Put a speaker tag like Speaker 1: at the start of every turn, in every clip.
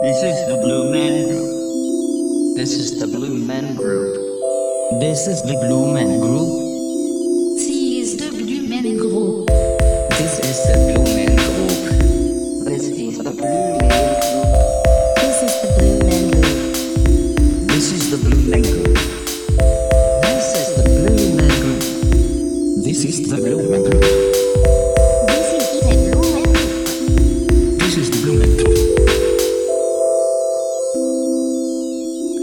Speaker 1: This is the Blue Man Group. This is the Blue Man Group. This is the Blue Man Group.
Speaker 2: CSW Men Group.
Speaker 1: This is the Blue Man Group. This is the Blue Man Group.
Speaker 2: This is the Blue Men Group.
Speaker 1: This is the Blue Man Group. This is the Blue Man Group. This is the Blue Man Group.
Speaker 2: This is the Blue Men Group.
Speaker 1: This is the Blue Man Group.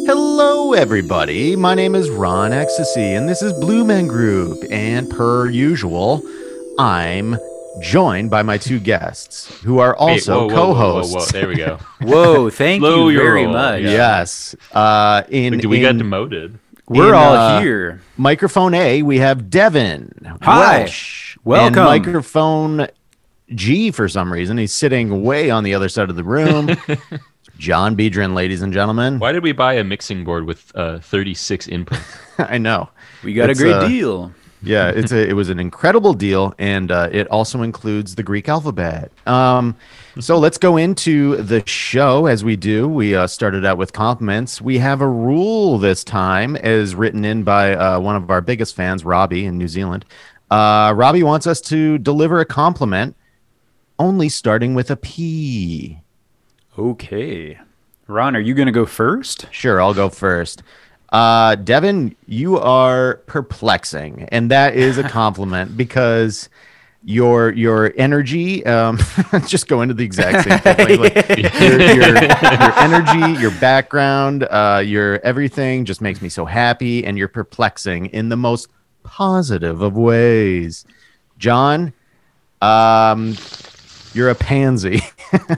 Speaker 3: Hello, everybody. My name is Ron Ecstasy, and this is Blue Man Group. And per usual, I'm joined by my two guests, who are
Speaker 4: Wait,
Speaker 3: also
Speaker 4: whoa, whoa, whoa, whoa, whoa,
Speaker 3: co-hosts.
Speaker 4: There we go.
Speaker 5: Whoa, thank
Speaker 4: Slow
Speaker 5: you
Speaker 4: your
Speaker 5: very
Speaker 4: roll,
Speaker 5: much.
Speaker 4: yeah.
Speaker 3: Yes. Uh, in
Speaker 4: Like, do we get
Speaker 3: in
Speaker 4: demoted?
Speaker 5: We're
Speaker 3: In,
Speaker 5: all
Speaker 3: uh,
Speaker 5: here.
Speaker 3: microphone A, we have Devin.
Speaker 5: Hi.
Speaker 3: Welsh,
Speaker 5: Welcome.
Speaker 3: And microphone G, for some reason, he's sitting way on the other side of the room. John Beedrin, ladies and gentlemen.
Speaker 4: Why did we buy a mixing board with uh, 36 inputs?
Speaker 3: I know.
Speaker 5: We got a
Speaker 3: It's,
Speaker 5: great
Speaker 3: uh,
Speaker 5: deal.
Speaker 3: yeah it's a it was an incredible deal and uh, it also includes the greek alphabet um so let's go into the show as we do we uh, started out with compliments we have a rule this time as written in by uh, one of our biggest fans robbie in new zealand uh, robbie wants us to deliver a compliment only starting with a p
Speaker 5: Okay. Ron, are you going to go first?
Speaker 3: Sure, I'll go first. Uh, Devin, you are perplexing, and that is a compliment because your your energy um just go into the exact same thing like, like, your, your, your energy your background uh your everything just makes me so happy and you're perplexing in the most positive of ways john um you're a pansy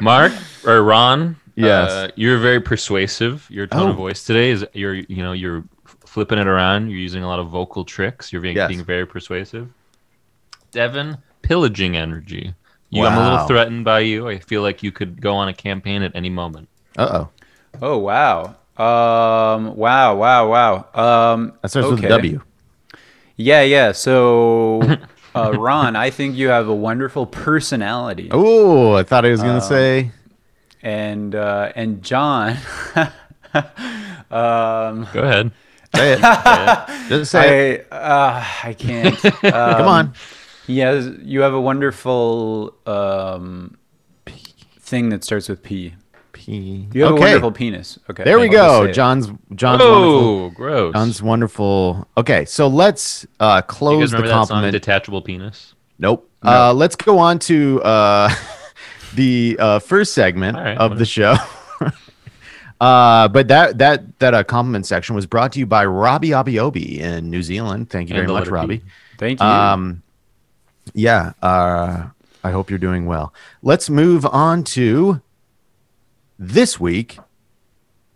Speaker 4: Mark or Ron?
Speaker 3: Yes.
Speaker 4: uh, you're very persuasive. Your tone
Speaker 3: Oh.
Speaker 4: of voice today is you're you know you're flipping it around. You're using a lot of vocal tricks. You're being,
Speaker 3: Yes.
Speaker 4: being very persuasive. Devin, pillaging energy. You, I'm a
Speaker 3: Wow.
Speaker 4: little threatened by you. I feel like you could go on a campaign at any moment.
Speaker 3: uh-oh
Speaker 5: Oh, wow. Um, wow, wow, wow. Um,
Speaker 3: that starts with
Speaker 5: okay.
Speaker 3: a w
Speaker 5: Yeah, yeah. So, uh, Ron, I think you have a wonderful personality.
Speaker 3: oh i thought i was gonna say
Speaker 5: And, uh, and John, um,
Speaker 4: Go ahead.
Speaker 3: Say it. Just say it.
Speaker 5: I, uh, I can't.
Speaker 3: Come
Speaker 4: um,
Speaker 3: on.
Speaker 5: Yes, you have a wonderful um, thing that starts with P.
Speaker 3: P.
Speaker 5: You have
Speaker 3: okay.
Speaker 5: a wonderful penis. Okay.
Speaker 3: there we
Speaker 5: I'll just say
Speaker 3: go.
Speaker 5: it.
Speaker 3: John's John's wonderful.
Speaker 4: Oh, gross.
Speaker 3: John's wonderful. Okay, so let's uh,
Speaker 4: you
Speaker 3: close
Speaker 4: guys
Speaker 3: the
Speaker 4: remember that song,
Speaker 3: compliment.
Speaker 4: "Detachable Penis"?
Speaker 3: nope. Uh, let's go on to uh, the uh, first segment
Speaker 4: All right,
Speaker 3: of the show. uh, but that that that uh, compliment section was brought to you by Robbie Abiobi in New Zealand. Thank you
Speaker 4: And
Speaker 3: very
Speaker 4: the
Speaker 3: much,
Speaker 4: letter P.
Speaker 3: Robbie.
Speaker 5: Thank you.
Speaker 3: Um, yeah. Uh, I hope you're doing well. Let's move on to this week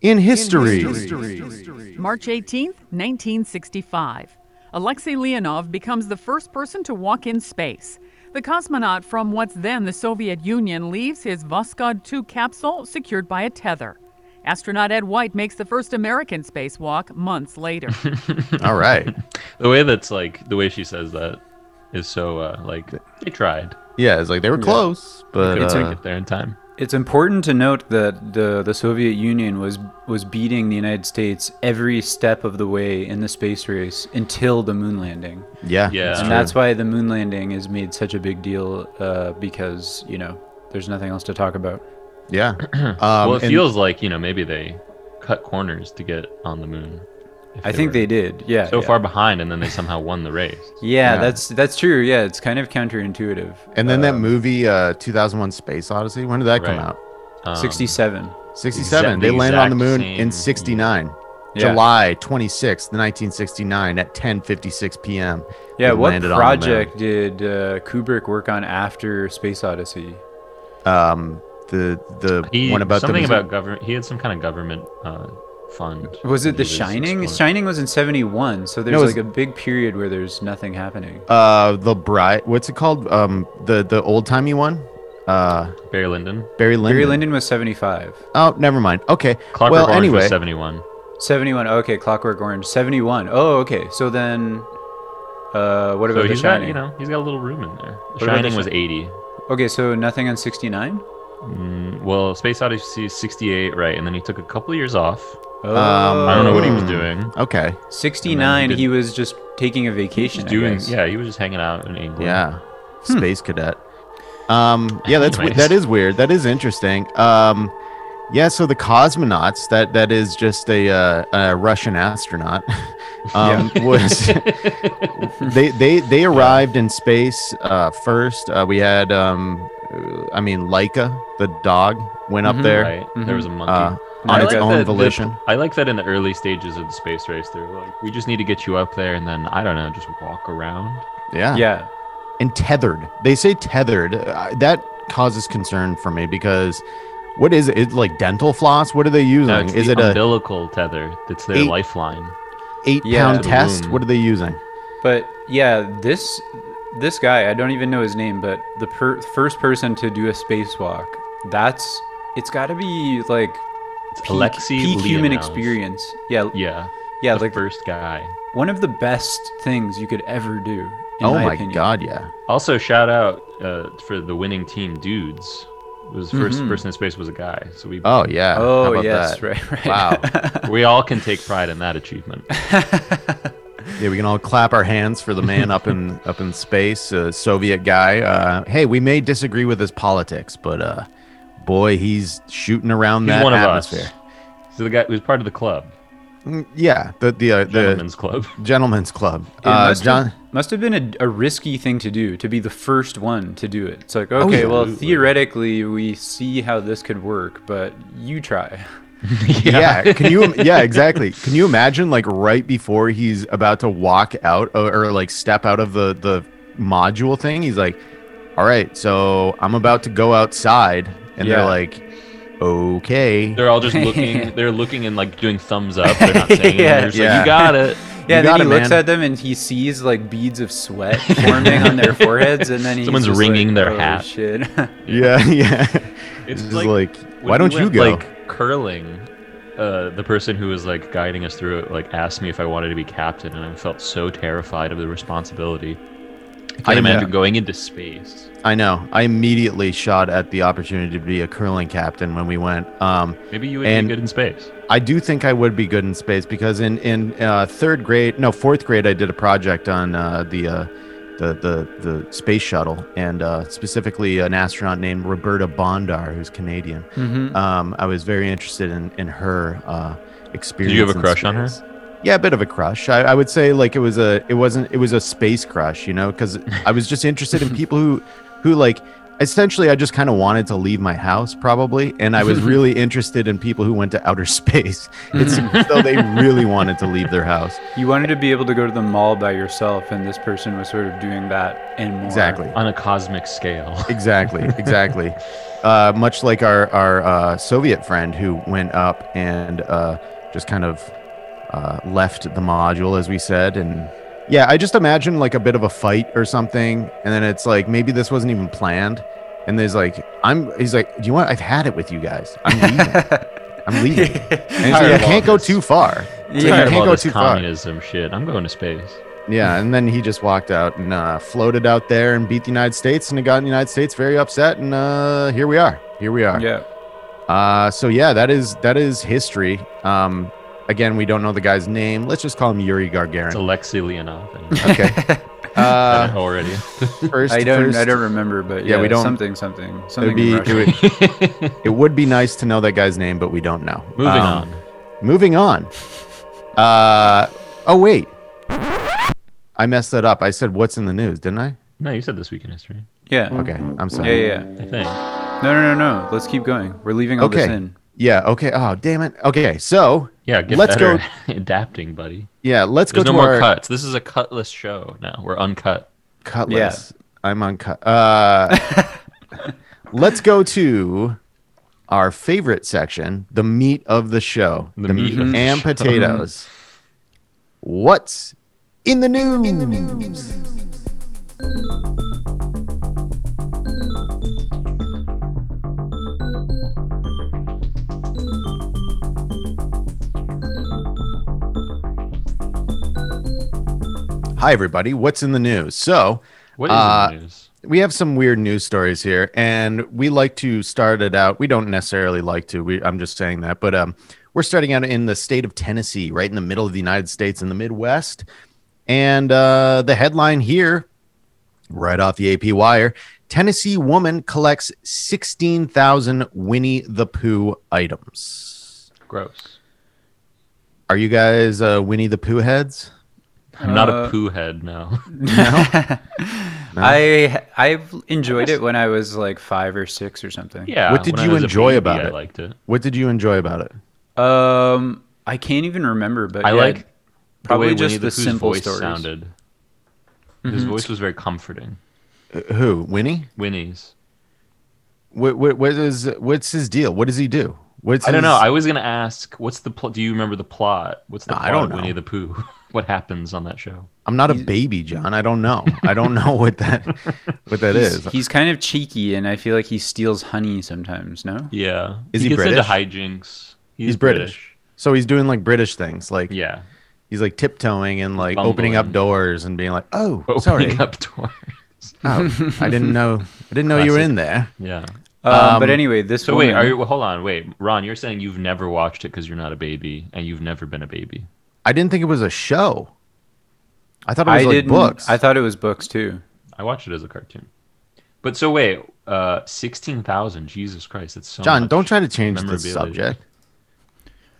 Speaker 3: in history.
Speaker 6: March 18th, 1965. Alexei Leonov becomes the first person to walk in space. The cosmonaut from what's then the Soviet Union leaves his Voskhod 2 capsule secured by a tether. Astronaut Ed White makes the first American spacewalk months later.
Speaker 3: All right.
Speaker 4: The way that's like the way she says that is so uh, like they tried.
Speaker 3: Yeah, it's like they were close, but
Speaker 4: They couldn't
Speaker 3: uh,
Speaker 4: get there in time.
Speaker 5: it's important to note that the, the Soviet Union was was beating the United States every step of the way in the space race until the moon landing,
Speaker 3: yeah,
Speaker 4: Yeah.
Speaker 3: it's
Speaker 4: And
Speaker 5: and
Speaker 3: true.
Speaker 5: that's why the moon landing is made such a big deal uh, because you know there's nothing else to talk about.
Speaker 3: yeah. Um,
Speaker 4: well, it
Speaker 3: and-
Speaker 4: feels like you know maybe they cut corners to get on the moon. if
Speaker 5: I think
Speaker 4: were
Speaker 5: they did. Yeah.
Speaker 4: so
Speaker 5: yeah.
Speaker 4: far behind, and then they somehow won the race.
Speaker 5: Yeah,
Speaker 3: Yeah.
Speaker 5: that's that's true. Yeah, it's kind of counterintuitive.
Speaker 3: and then that
Speaker 5: Um,
Speaker 3: movie, uh, 2001: Space Odyssey. When did that come
Speaker 4: Right.
Speaker 3: out?
Speaker 4: Um,
Speaker 5: 67.
Speaker 3: 67.
Speaker 4: Exact-
Speaker 3: they
Speaker 4: the
Speaker 3: landed on the
Speaker 4: exact
Speaker 3: moon
Speaker 4: same
Speaker 3: in
Speaker 4: year.
Speaker 3: 69.
Speaker 5: Yeah.
Speaker 3: July 26th, 1969 at 10:56 p.m.
Speaker 5: Yeah,
Speaker 3: they
Speaker 5: what
Speaker 3: landed on the moon.
Speaker 5: project did uh, Kubrick work on after Space Odyssey?
Speaker 3: Um the the
Speaker 4: He,
Speaker 3: one about
Speaker 4: something
Speaker 3: the
Speaker 4: about government. He had some kind of government uh, fund.
Speaker 5: Was it
Speaker 4: that
Speaker 5: The
Speaker 4: he
Speaker 5: Shining?
Speaker 4: exploring.
Speaker 5: Shining was in 71, so there's
Speaker 3: No, it was-
Speaker 5: like a big period where there's nothing happening.
Speaker 3: uh the bride what's it called um the the old timey one uh
Speaker 4: Barry Lyndon.
Speaker 3: barry lyndon
Speaker 5: Barry Lyndon was 75.
Speaker 3: oh never mind okay
Speaker 4: Clockwork
Speaker 3: well
Speaker 4: Orange
Speaker 3: anyway
Speaker 4: was seventy-one.
Speaker 5: 71. Okay, Clockwork Orange. 71. Oh, okay. So then uh what
Speaker 4: So
Speaker 5: about The
Speaker 4: he's got
Speaker 5: Shining?
Speaker 4: you know he's got a little room in there. The
Speaker 5: about The
Speaker 4: Shining was
Speaker 5: Shi-
Speaker 4: eighty.
Speaker 5: Okay, so nothing on 69?
Speaker 4: Mm, Well, Space Odyssey is 68, right? And then he took a couple years off.
Speaker 5: Oh.
Speaker 4: I don't know what he was doing.
Speaker 3: Okay.
Speaker 5: 69,
Speaker 4: did-
Speaker 5: he was just taking a vacation.
Speaker 4: Just
Speaker 5: I
Speaker 4: doing,
Speaker 5: guess.
Speaker 4: yeah, he was just hanging out in England.
Speaker 3: Yeah. Space cadet. Um, yeah, that's we-
Speaker 4: Anyways.
Speaker 3: that is weird. That is interesting. Um, yeah, so the cosmonauts that that is just a, uh, a Russian astronaut um, was they they they arrived in space uh, first. Uh, we had um, uh, I mean Laika the dog went up there
Speaker 4: Mm-hmm. Right? There was a monkey.
Speaker 3: uh,
Speaker 5: I
Speaker 3: on its
Speaker 5: like
Speaker 3: own
Speaker 4: that the-
Speaker 3: volition.
Speaker 4: I like that in the early stages of the space race, they're like, we just need to get you up there and then, I don't know, just walk around.
Speaker 3: yeah.
Speaker 5: Yeah.
Speaker 3: and tethered. They say tethered. Uh, that causes concern for me because what is it? It's like dental floss? What are they using?
Speaker 4: No, it's
Speaker 3: is
Speaker 4: the
Speaker 3: it a
Speaker 4: umbilical tether that's their
Speaker 3: Eight-
Speaker 4: lifeline.
Speaker 3: eight pound
Speaker 5: Yeah. to the
Speaker 3: test?
Speaker 4: womb.
Speaker 3: What are they using?
Speaker 5: But yeah, this this guy, I don't even know his name, but the per- first person to do a spacewalk, that's it's got to be like
Speaker 4: It's
Speaker 5: peak,
Speaker 4: Alexei
Speaker 5: peak human
Speaker 4: Leonov.
Speaker 5: experience. Yeah, yeah,
Speaker 4: Yeah.
Speaker 5: yeah
Speaker 4: the
Speaker 5: like
Speaker 4: first guy.
Speaker 5: one of the best things you could ever do. In
Speaker 3: oh
Speaker 5: my,
Speaker 3: my
Speaker 5: opinion.
Speaker 3: god, yeah.
Speaker 4: Also, shout out uh, for the winning team, dudes. It was the 1st person in space was a guy, so we
Speaker 3: Mm-hmm. Oh yeah. How
Speaker 5: Oh
Speaker 3: about
Speaker 5: yes,
Speaker 3: that?
Speaker 5: right, right.
Speaker 3: Wow.
Speaker 4: we all can take pride in that achievement.
Speaker 3: yeah, we can all clap our hands for the man up in up in space, a Soviet guy. Uh, hey, we may disagree with his politics, but uh, boy, he's shooting around
Speaker 4: He's
Speaker 3: that
Speaker 4: one of
Speaker 3: atmosphere.
Speaker 4: us. So the guy who's part of the club,
Speaker 3: Mm, Yeah, the the uh, the
Speaker 4: gentlemen's club.
Speaker 3: gentleman's club.
Speaker 5: It
Speaker 3: Uh,
Speaker 5: must
Speaker 3: John.
Speaker 5: have, must have been a, a risky thing to do to be the first one to do it. It's like
Speaker 3: Oh,
Speaker 5: okay, well
Speaker 4: absolutely.
Speaker 5: theoretically we see how this could work, but you try.
Speaker 3: Yeah. Can you? im- Yeah, exactly. Can you imagine like right before he's about to walk out or, or like step out of the the module thing, he's like, "All right, so I'm about to go outside," and
Speaker 5: Yeah.
Speaker 3: they're like, "Okay."
Speaker 4: They're all just looking. They're looking and like doing thumbs up. They're not saying.
Speaker 5: Yeah.
Speaker 4: yeah, they're just like,
Speaker 3: Yeah.
Speaker 4: you got it.
Speaker 5: Yeah,
Speaker 3: You
Speaker 5: then
Speaker 3: got
Speaker 5: he
Speaker 3: it,
Speaker 5: looks
Speaker 3: man.
Speaker 5: at them and he sees like beads of sweat forming on their foreheads, and then he's
Speaker 4: Someone's
Speaker 5: just
Speaker 4: wringing
Speaker 5: like,
Speaker 4: their
Speaker 5: "Oh,
Speaker 4: hat."
Speaker 5: Shit.
Speaker 3: yeah, yeah.
Speaker 4: It's
Speaker 3: Just
Speaker 4: like,
Speaker 3: like,
Speaker 4: when
Speaker 3: why don't
Speaker 4: we
Speaker 3: you
Speaker 4: went,
Speaker 3: go?
Speaker 4: Like curling. Uh, the person who was like guiding us through it like asked me if I wanted to be captain, and I felt so terrified of the responsibility. I
Speaker 3: I
Speaker 4: can imagine
Speaker 3: know.
Speaker 4: going into space.
Speaker 3: I know. I immediately shot at the opportunity to be a curling captain when we went. Um,
Speaker 4: Maybe you would
Speaker 3: And-
Speaker 4: be good in space.
Speaker 3: I do think I would be good in space because in in uh, third grade, no fourth grade, I did a project on uh, the, uh, the the the space shuttle and uh, specifically an astronaut named Roberta Bondar, who's Canadian. Um, I was very interested in in her uh, experience.
Speaker 4: Mm-hmm. have a
Speaker 3: in
Speaker 4: crush on her?
Speaker 3: space. Yeah, a bit of a crush. I, I would say like it was a it wasn't it was a space crush, you know, because I was just interested in people who who like essentially I just kind of wanted to leave my house probably, and I was really interested in people who went to outer space. It's as though they really wanted to leave their house.
Speaker 5: you wanted to be able to go to the mall by yourself, and this person was sort of doing that and more.
Speaker 3: Exactly.
Speaker 4: on a cosmic scale.
Speaker 3: Exactly, exactly. uh, much like our our uh, Soviet friend who went up and uh, just kind of uh, left the module, as we said, and yeah, I just imagine like a bit of a fight or something, and then it's like maybe this wasn't even planned, and there's like I'm he's like, do you want? I've had it with you guys. I'm leaving. I'm leaving. And he's like,
Speaker 4: Tired
Speaker 3: you
Speaker 4: of all
Speaker 3: can't go
Speaker 4: this.
Speaker 3: too far. It's like,
Speaker 5: Tired
Speaker 3: you
Speaker 4: Tired of
Speaker 3: can't
Speaker 4: all
Speaker 3: go
Speaker 4: this
Speaker 3: too far.
Speaker 4: communism shit. I'm going to space.
Speaker 3: Yeah, and then he just walked out and uh, floated out there and beat the United States, and it got the United States very upset. And uh, here we are. Here we are.
Speaker 5: Yeah.
Speaker 3: Uh, so yeah, that is that is history. Um, again, we don't know the guy's name. Let's just call him Yuri
Speaker 4: It's
Speaker 3: Gagarin.
Speaker 4: Alexei Leonov. and-
Speaker 3: Okay.
Speaker 4: Done
Speaker 3: Uh,
Speaker 4: it already.
Speaker 3: first,
Speaker 5: I don't.
Speaker 3: first-
Speaker 5: I don't remember, but yeah,
Speaker 3: Yeah, we don't-
Speaker 5: Something. Something.
Speaker 3: It would
Speaker 5: Something.
Speaker 3: be
Speaker 5: in
Speaker 3: it
Speaker 5: Russian.
Speaker 3: would, it would be nice to know that guy's name, but we don't know.
Speaker 4: Moving
Speaker 3: Um,
Speaker 4: on.
Speaker 3: Moving on. Uh, oh wait, I messed that up. I said what's in the news, didn't I?
Speaker 4: No, you said this week in history.
Speaker 5: yeah.
Speaker 3: Okay, I'm
Speaker 5: Yeah,
Speaker 3: sorry.
Speaker 5: yeah. yeah.
Speaker 4: I think.
Speaker 5: No, no, no, no. Let's keep going. We're leaving all this
Speaker 3: Okay.
Speaker 5: in.
Speaker 3: Yeah. Okay. Oh, damn it. Okay. So
Speaker 4: Yeah, get
Speaker 3: let's
Speaker 4: better
Speaker 3: go.
Speaker 4: at adapting, buddy.
Speaker 3: Yeah. Let's go to
Speaker 4: There's no more
Speaker 3: our
Speaker 4: cuts. This is a cutless show now. We're uncut.
Speaker 3: Cutlass. I'm on cut. Uh, let's go to our favorite section, the meat of the show, the, meat
Speaker 4: meat of the
Speaker 3: and
Speaker 4: show.
Speaker 3: potatoes. What's in the news? In the news. Hi everybody, what's in the news? So,
Speaker 4: What is
Speaker 3: Uh,
Speaker 4: the news?
Speaker 3: we have some weird news stories here, and we like to start it out. We don't necessarily like to. We, I'm just saying that, but um, we're starting out in the state of Tennessee, right in the middle of the United States, in the Midwest, and uh, the headline here, right off the AP wire: Tennessee woman collects sixteen thousand Winnie the Pooh items.
Speaker 4: Gross.
Speaker 3: Are you guys uh, Winnie the Pooh heads?
Speaker 4: I'm not
Speaker 5: Uh,
Speaker 4: a poo head now.
Speaker 5: I I've enjoyed it when I was like five or six or something.
Speaker 4: yeah.
Speaker 3: What did
Speaker 4: when I
Speaker 3: you
Speaker 4: was a
Speaker 3: enjoy
Speaker 4: baby,
Speaker 3: about
Speaker 4: I
Speaker 3: it?
Speaker 4: liked it.
Speaker 3: What did you enjoy about it?
Speaker 5: Um, I can't even remember, but
Speaker 4: I
Speaker 5: yeah,
Speaker 4: like
Speaker 5: probably
Speaker 4: the way
Speaker 5: just
Speaker 4: Winnie
Speaker 5: the
Speaker 4: Pooh's
Speaker 5: simple
Speaker 4: voice
Speaker 5: stories.
Speaker 4: sounded. His voice was very comforting.
Speaker 3: Who? Winnie?
Speaker 4: Winnie's.
Speaker 3: What, what, what is what's his deal? What does he do? What's
Speaker 4: I don't
Speaker 3: his-
Speaker 4: know. I was gonna ask, what's the plot? Do you remember the plot? What's the
Speaker 3: No, I
Speaker 4: plot
Speaker 3: don't
Speaker 4: of
Speaker 3: know.
Speaker 4: Winnie the Pooh? what happens on that show?
Speaker 3: I'm not a baby, John. I don't know. I don't know what that what that is.
Speaker 5: He's, he's kind of cheeky, and I feel like he steals honey sometimes.
Speaker 3: Um,
Speaker 5: No,
Speaker 4: Yeah.
Speaker 3: Is he
Speaker 4: gets into
Speaker 3: British?
Speaker 4: hijinks. He's,
Speaker 3: He's British. So he's doing like British things, like
Speaker 4: Yeah.
Speaker 3: he's like tiptoeing and like opening up
Speaker 4: Bumbling.
Speaker 3: doors and being like, "Oh,
Speaker 4: Opening
Speaker 3: sorry,
Speaker 4: up doors.
Speaker 3: oh, I didn't know, I didn't know you were
Speaker 4: Classic.
Speaker 3: in there."
Speaker 4: Yeah.
Speaker 5: um, but anyway, this
Speaker 4: So wait,
Speaker 5: woman,
Speaker 4: are you, well, hold on, wait, Ron, you're saying you've never watched it because you're not a baby and you've never been a baby.
Speaker 3: I didn't think it was a show. I thought it was
Speaker 5: I
Speaker 3: like
Speaker 5: didn't.
Speaker 3: books.
Speaker 5: I thought it was books too.
Speaker 4: I watched it as a cartoon. But so wait, uh, sixteen thousand. Jesus Christ, that's so.
Speaker 3: John,
Speaker 4: much
Speaker 3: don't try to change the
Speaker 4: memorabilia.
Speaker 3: subject.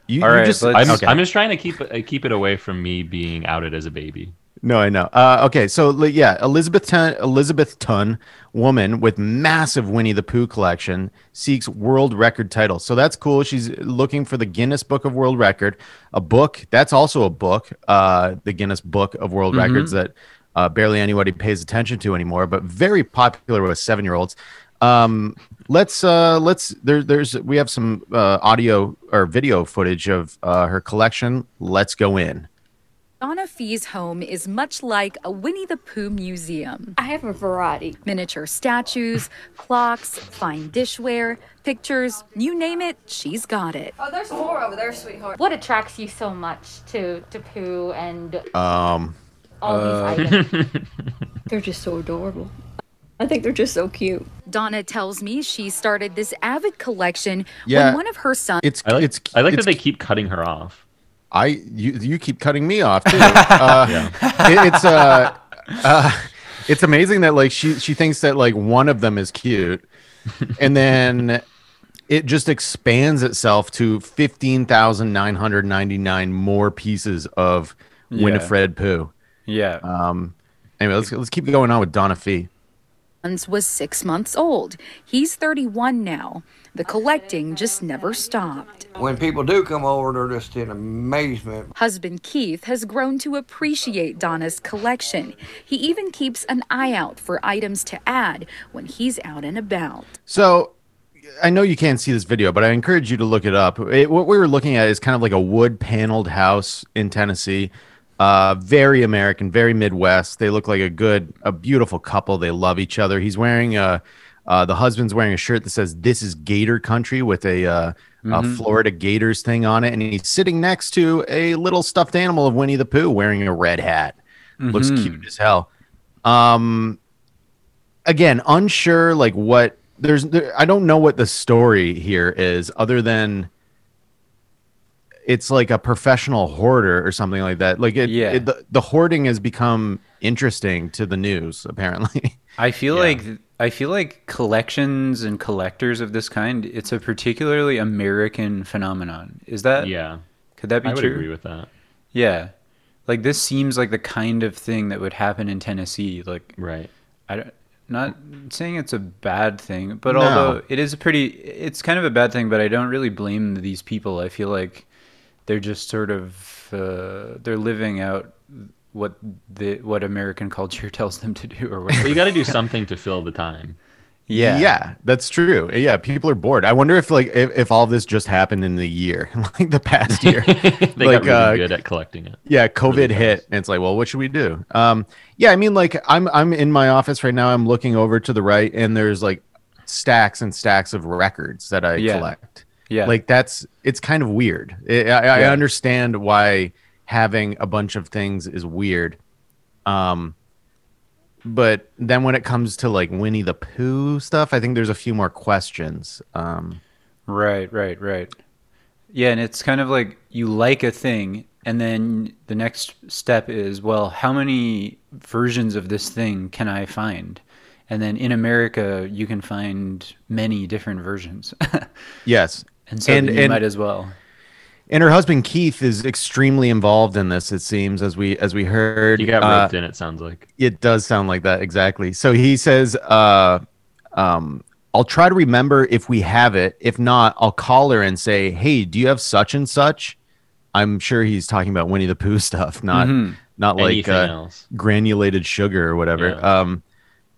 Speaker 3: You,
Speaker 5: All
Speaker 3: you
Speaker 5: right,
Speaker 3: just
Speaker 5: let's-
Speaker 4: I'm,
Speaker 3: okay.
Speaker 4: I'm just trying to keep uh, keep it away from me being outed as a baby.
Speaker 3: No, I know. Uh, okay, so li- yeah, Elizabeth Tun, Elizabeth Tun, woman with massive Winnie the Pooh collection, seeks world record title. So that's cool. She's looking for the Guinness Book of World Record, a book that's also a book, uh, the Guinness Book of World
Speaker 4: Mm-hmm.
Speaker 3: Records that uh, barely anybody pays attention to anymore, but very popular with seven year olds. Um, let's uh, let's there, there's we have some uh, audio or video footage of uh, her collection. Let's go in.
Speaker 7: Donna Fee's home is much like a Winnie the Pooh museum.
Speaker 2: I have a variety.
Speaker 7: Miniature statues, clocks, fine dishware, pictures, you name it, she's got it.
Speaker 8: Oh, there's more over there, sweetheart.
Speaker 2: What attracts you so much to to poo and
Speaker 3: Um,
Speaker 2: all these items?
Speaker 8: They're just so adorable. I think they're just so cute.
Speaker 7: Donna tells me she started this avid collection
Speaker 3: Yeah.
Speaker 7: when one of her sons.
Speaker 3: It's
Speaker 4: I like
Speaker 3: it's
Speaker 4: I like
Speaker 3: it's,
Speaker 4: that they keep cutting her off.
Speaker 3: I you you keep cutting me off too. Uh, it- it's uh, uh, it's amazing that like she she thinks that like one of them is cute, and then it just expands itself to fifteen thousand nine hundred ninety nine more pieces of
Speaker 5: Yeah.
Speaker 3: Winifred Pooh.
Speaker 5: Yeah.
Speaker 3: Um, anyway, let's let's keep going on with Donna Fee.
Speaker 7: Hans was six months old. He's 31 now. The collecting just never stopped.
Speaker 9: When people do come over, they're just in amazement.
Speaker 7: Husband Keith has grown to appreciate Donna's collection. He even keeps an eye out for items to add when he's out and about.
Speaker 3: So I know you can't see this video, but I encourage you to look it up. It, what we were looking at is kind of like a wood paneled house in Tennessee. Uh, very American, very Midwest. They look like a good, a beautiful couple. They love each other. He's wearing a, uh, the husband's wearing a shirt that says "This is Gator Country" with a, uh, a Florida Gators thing on it, and he's sitting next to a little stuffed animal of Winnie the Pooh wearing a red hat. Looks
Speaker 5: Mm-hmm.
Speaker 3: cute as hell Um, again unsure like what there's there, i don't know what the story here is other than it's like a professional hoarder or something like that like it,
Speaker 5: Yeah.
Speaker 3: it the, the hoarding has become interesting to the news apparently
Speaker 5: I feel like I feel like collections and collectors of this kind. It's a particularly American phenomenon. Is that
Speaker 4: Yeah,
Speaker 5: Could that be
Speaker 4: I would
Speaker 5: true?
Speaker 4: agree with that.
Speaker 5: Yeah. Like this seems like the kind of thing that would happen in Tennessee. Like
Speaker 4: Right.
Speaker 5: I don't not saying it's a bad thing, but
Speaker 3: No.
Speaker 5: although it is a pretty it's kind of a bad thing, but I don't really blame these people. I feel like they're just sort of uh, they're living out what the what American culture tells them to do or
Speaker 4: But
Speaker 5: whatever.
Speaker 4: you got to do something to fill the time.
Speaker 5: yeah.
Speaker 3: yeah that's true yeah people are bored i wonder if like if, if all this just happened in the year like the past year
Speaker 4: they
Speaker 3: Like,
Speaker 4: got really
Speaker 3: uh,
Speaker 4: good at collecting it.
Speaker 3: Yeah, COVID hit, and it's like, well, what should we do? Um, yeah, I mean, like, I'm I'm in my office right now. I'm looking over to the right, and there's like stacks and stacks of records that I
Speaker 5: Yeah.
Speaker 3: collect.
Speaker 5: Yeah.
Speaker 3: like that's it's kind of weird. I I, I
Speaker 5: Yeah.
Speaker 3: understand why having a bunch of things is weird. Um, but then when it comes to like Winnie the Pooh stuff, I think there's a few more questions. Um,
Speaker 5: Right, right, right. Yeah, and it's kind of like you like a thing, and then the next step is, well, how many versions of this thing can I find? And then in America, you can find many different versions.
Speaker 3: yes,
Speaker 5: and so
Speaker 3: and,
Speaker 5: you
Speaker 3: and,
Speaker 5: might as well.
Speaker 3: and her husband Keith is extremely involved in this. It seems as we as we heard,
Speaker 4: You got
Speaker 3: Uh,
Speaker 4: roped in. It sounds like.
Speaker 3: It does sound like that exactly. So he says, uh, um, "I'll try to remember if we have it. If not, I'll call her and say, "Hey, do you have such and such?" I'm sure he's talking about Winnie the Pooh stuff, not not like
Speaker 4: Mm-hmm. Anything
Speaker 3: uh,
Speaker 4: else?
Speaker 3: granulated sugar or whatever.
Speaker 4: Yeah.
Speaker 3: Um,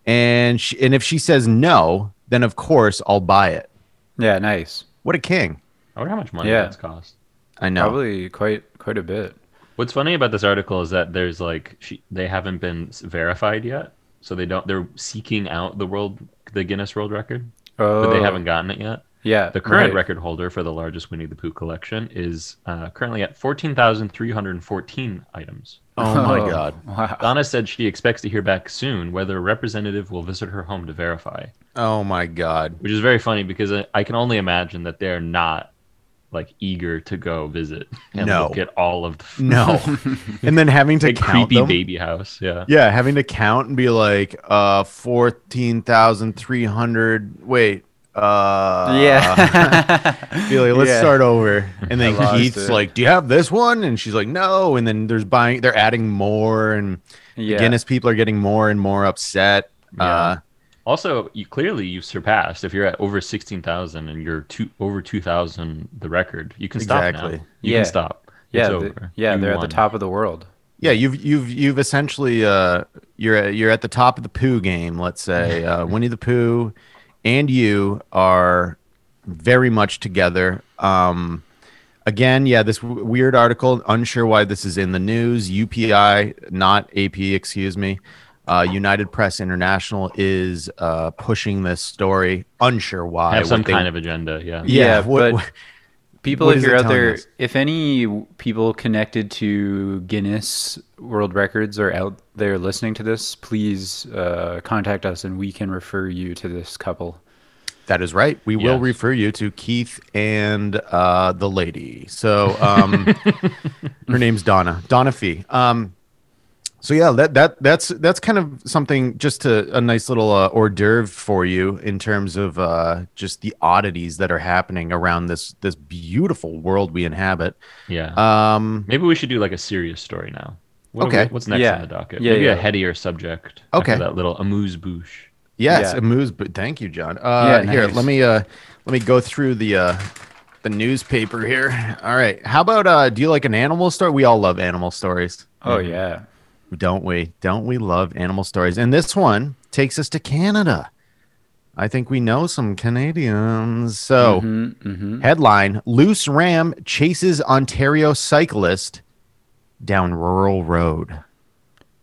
Speaker 3: and she, and if she says no, then of course I'll buy it.
Speaker 5: Yeah, nice.
Speaker 3: What a king!
Speaker 4: I wonder how much money
Speaker 5: Yeah.
Speaker 4: that's cost.
Speaker 3: I know.
Speaker 5: Probably quite quite a bit.
Speaker 4: What's funny about this article is that there's like she, they haven't been s- verified yet, so they don't. They're seeking out the world, the Guinness World Record,
Speaker 5: Oh,
Speaker 4: but they haven't gotten it yet.
Speaker 5: Yeah,
Speaker 4: The current
Speaker 5: right.
Speaker 4: record holder for the largest Winnie the Pooh collection is uh, currently at fourteen thousand three hundred fourteen items.
Speaker 3: Oh my god!
Speaker 5: Wow.
Speaker 4: Donna said she expects to hear back soon whether a representative will visit her home to verify,
Speaker 3: Oh my god!
Speaker 4: which is very funny because I, I can only imagine that they're not like eager to go visit and
Speaker 3: No.
Speaker 4: look at all of the
Speaker 3: No, and then having to
Speaker 4: big
Speaker 3: count
Speaker 4: creepy
Speaker 3: them.
Speaker 4: baby house. Yeah.
Speaker 3: Yeah, having to count and be like, uh, fourteen thousand three hundred. Wait, uh,
Speaker 5: yeah.
Speaker 3: Be like, let's
Speaker 5: Yeah.
Speaker 3: start over. And then
Speaker 5: I lost
Speaker 3: Keith's
Speaker 5: it.
Speaker 3: like, "Do you have this one?" And she's like, "No." And then there's buying. They're adding more, and
Speaker 5: yeah.
Speaker 3: Guinness people are getting more and more upset. Uh,
Speaker 4: Also, you clearly you've surpassed if you're at over sixteen thousand and you're two over two thousand the record. You can stop
Speaker 3: Exactly.
Speaker 4: now. You
Speaker 5: Yeah.
Speaker 4: can stop.
Speaker 5: Yeah,
Speaker 4: it's
Speaker 5: the-
Speaker 4: over.
Speaker 5: yeah,
Speaker 4: You
Speaker 5: they're at
Speaker 4: won.
Speaker 5: the top of the world.
Speaker 3: yeah, you've you've you've essentially uh, you're at, you're at the top of the poo game. Let's say uh, Winnie the Pooh and you are very much together. Um, again, yeah, this w- weird article. Unsure why this is in the news. UPI, not AP, excuse me. Uh, United Press International is uh, pushing this story. Unsure why.
Speaker 4: Have some
Speaker 3: What they-
Speaker 4: kind of agenda. Yeah.
Speaker 3: yeah.
Speaker 5: Yeah,
Speaker 3: what,
Speaker 5: but-
Speaker 3: what-
Speaker 5: people
Speaker 3: What
Speaker 5: if
Speaker 3: is
Speaker 5: you're
Speaker 3: it
Speaker 5: out
Speaker 3: telling
Speaker 5: there
Speaker 3: us?
Speaker 5: if any w- people connected to guinness world records are out there listening to this please uh, contact us and we can refer you to this couple
Speaker 3: That is right. We will
Speaker 4: Yes.
Speaker 3: refer you to Keith and uh, the lady. So um, her name's Donna. Donna Fee. Um, so yeah, that that that's that's kind of something just to a nice little uh, hors d'oeuvre for you in terms of uh, just the oddities that are happening around this this beautiful world we inhabit.
Speaker 4: Yeah.
Speaker 5: Uh,
Speaker 3: Um,
Speaker 4: Maybe we should do like a serious story now. What are
Speaker 3: Okay.
Speaker 4: we- what's next
Speaker 5: Yeah.
Speaker 4: on the docket?
Speaker 5: Yeah,
Speaker 4: Maybe a
Speaker 5: yeah.
Speaker 4: headier subject.
Speaker 3: Okay.
Speaker 4: After that little amuse bouche.
Speaker 3: yes,
Speaker 5: Yeah.
Speaker 3: it moves. But thank you, John. Uh,
Speaker 5: Yeah,
Speaker 3: here,
Speaker 5: nice.
Speaker 3: let me uh, let me go through the uh, the newspaper here. All right, how about uh, do you like an animal story? We all love animal stories.
Speaker 5: oh yeah
Speaker 3: Don't we? Don't we love animal stories? And this one takes us to Canada. I think we know some Canadians. So,
Speaker 5: Mm-hmm,
Speaker 3: headline Loose Ram chases Ontario cyclist down rural road.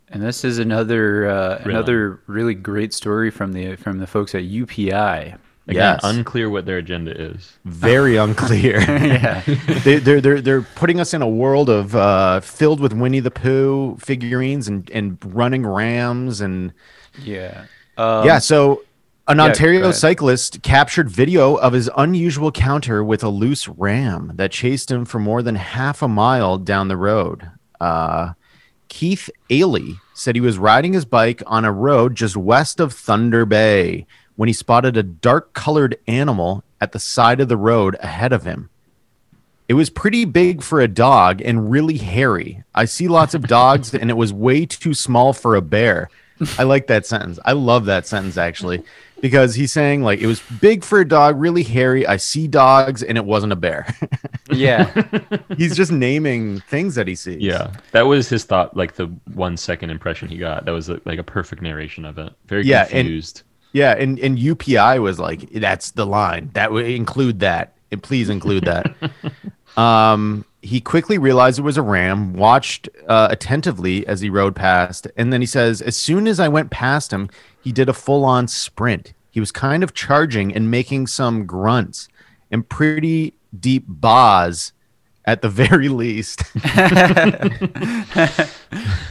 Speaker 5: and this is another uh,
Speaker 4: Really?
Speaker 5: another really great story from the from the folks at upi
Speaker 4: Again,
Speaker 3: Yes.
Speaker 4: unclear what their agenda is.
Speaker 3: Very unclear.
Speaker 5: yeah
Speaker 3: they, they're, they're, they're putting us in a world of uh, filled with Winnie the Pooh figurines and, and running rams and.
Speaker 5: yeah um,
Speaker 3: yeah, so an
Speaker 5: yeah, go
Speaker 3: Ontario
Speaker 5: ahead.
Speaker 3: cyclist captured video of his unusual counter with a loose ram that chased him for more than half a mile down the road. Uh, Keith Ailey said he was riding his bike on a road just west of Thunder Bay when he spotted a dark colored animal at the side of the road ahead of him. It was pretty big for a dog and really hairy. I see lots of dogs, and it was way too small for a bear. I like that sentence. I love that sentence actually, because he's saying like it was big for a dog, really hairy. I see dogs, and it wasn't a bear.
Speaker 5: yeah
Speaker 3: he's just naming things that he sees.
Speaker 4: Yeah. That was his thought, like the one second impression he got. That was like a perfect narration of it. Very
Speaker 3: Yeah, and-
Speaker 4: confused.
Speaker 3: yeah. And and UPI was like, that's the line. That would include that. And please include that. Um, he quickly realized it was a ram, watched uh, attentively as he rode past, and then he says, As soon as I went past him, he did a full on sprint. He was kind of charging and making some grunts and pretty deep baas at the very least.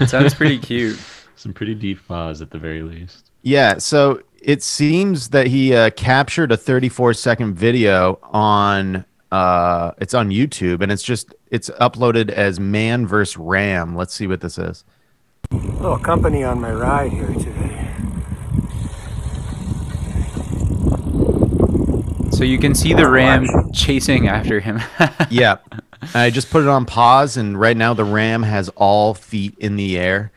Speaker 5: sounds pretty cute
Speaker 4: Some pretty deep pause at the very least.
Speaker 3: Yeah, so it seems that he uh, captured a 34 second video on uh, it's on YouTube and it's just it's uploaded as man versus ram. Let's see what this is.
Speaker 10: little company on my ride here today.
Speaker 5: So you can see the ram chasing after him.
Speaker 3: Yeah, I just put it on pause and right now the ram has all feet in the air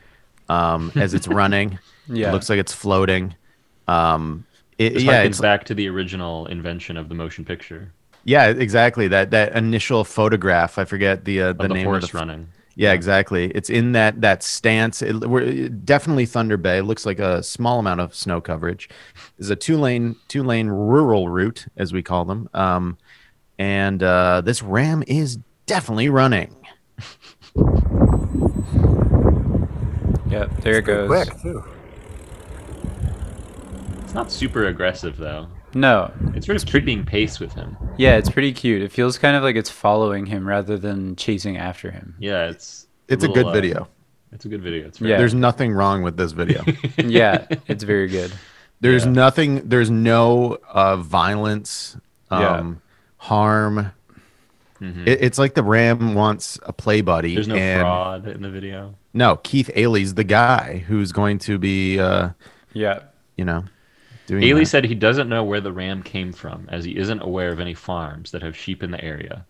Speaker 3: um, as it's running.
Speaker 5: Yeah.
Speaker 3: it looks like it's floating. Um, it,
Speaker 4: This
Speaker 3: yeah,
Speaker 4: harkens
Speaker 3: it's
Speaker 4: back to the original invention of the motion picture
Speaker 3: Yeah, exactly. That that initial photograph. I forget the uh, the,
Speaker 4: of the,
Speaker 3: name
Speaker 4: horse
Speaker 3: of the f-
Speaker 4: running.
Speaker 3: Yeah, exactly. It's in that that stance. It, we're, uh, definitely Thunder Bay. It looks like a small amount of snow coverage. Is a two lane two lane rural route as we call them. Um, and uh, this ram is definitely running.
Speaker 5: yep, there it goes.
Speaker 10: Quick too.
Speaker 4: It's not super aggressive though.
Speaker 5: No.
Speaker 4: It's sort of keeping pace with him.
Speaker 5: Yeah, it's pretty cute. It feels kind of like it's following him rather than chasing after him.
Speaker 4: Yeah, it's
Speaker 3: It's a,
Speaker 4: little,
Speaker 3: good
Speaker 4: uh,
Speaker 3: video.
Speaker 4: It's a good video. It's
Speaker 5: Yeah.
Speaker 4: very,
Speaker 3: There's nothing wrong with this video.
Speaker 5: Yeah, it's very good.
Speaker 3: There's nothing. There's no uh, violence, um,
Speaker 5: Yeah.
Speaker 3: harm. It, it's like the Ram wants a play buddy.
Speaker 4: Mm-hmm. there's no
Speaker 3: and-
Speaker 4: fraud in the video.
Speaker 3: No, Keith Ailey's the guy who's going to be, uh,
Speaker 5: Yeah.
Speaker 3: you know, doing.
Speaker 4: Ailey
Speaker 3: that.
Speaker 4: said he doesn't know where the ram came from, as he isn't aware of any farms that have sheep in the area.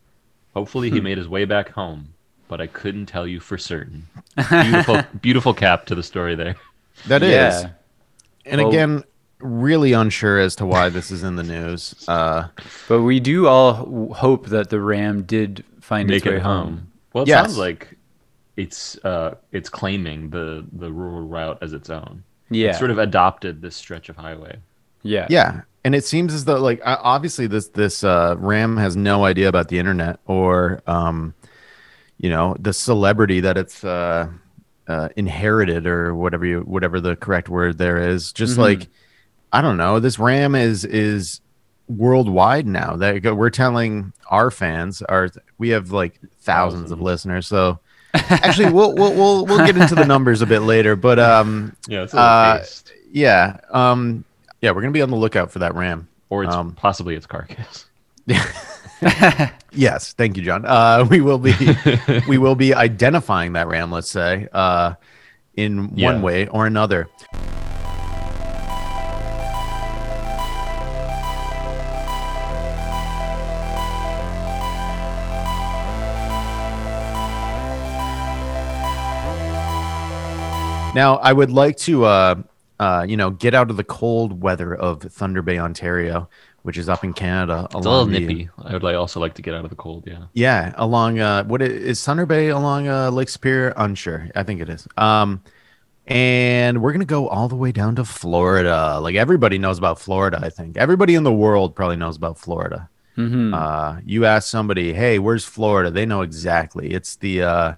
Speaker 4: Hopefully,
Speaker 3: Hmm.
Speaker 4: he made his way back home, but I couldn't tell you for certain. Beautiful, beautiful cap to the story there.
Speaker 3: that is,
Speaker 5: yeah.
Speaker 3: and
Speaker 5: Well-
Speaker 3: again, really unsure as to why this is in the news. Uh,
Speaker 5: But we do all w- hope that the ram did find
Speaker 4: Make
Speaker 5: its way
Speaker 4: it home. Well, it
Speaker 3: Yes.
Speaker 4: sounds like it's uh, it's claiming the the rural route as its own.
Speaker 5: Yeah.
Speaker 4: It sort of adopted this stretch of highway.
Speaker 5: Yeah.
Speaker 3: yeah, and it seems as though, like, o- obviously, this this uh, Ram has no idea about the internet or, um, you know, the celebrity that it's uh, uh, inherited or whatever you whatever the correct word there is. Just like, I don't know, this Ram is is worldwide now that we're telling our fans our we have like thousands of listeners so actually we'll, we'll we'll we'll get into the numbers a bit later but um
Speaker 4: Yeah, it's a little
Speaker 3: uh,
Speaker 4: taste.
Speaker 3: yeah um yeah we're gonna be on the lookout for that ram
Speaker 4: Or it's
Speaker 3: um,
Speaker 4: possibly its carcass.
Speaker 3: yes thank you john uh we will be we will be identifying that ram let's say uh in
Speaker 4: Yeah.
Speaker 3: one way or another Now, I would like to, uh, uh, you know, get out of the cold weather of Thunder Bay, Ontario, which is up in Canada.
Speaker 4: It's a little
Speaker 3: along the-
Speaker 4: nippy. I would like also like to get out of the cold. Yeah.
Speaker 3: Yeah, along uh, what i- is Thunder Bay along uh, Lake Superior? Unsure. I think it is. Um, and we're gonna go all the way down to Florida. Like everybody knows about Florida. I think everybody in the world probably knows about Florida. Uh, you ask somebody, "Hey, where's Florida?" They know exactly. It's the uh,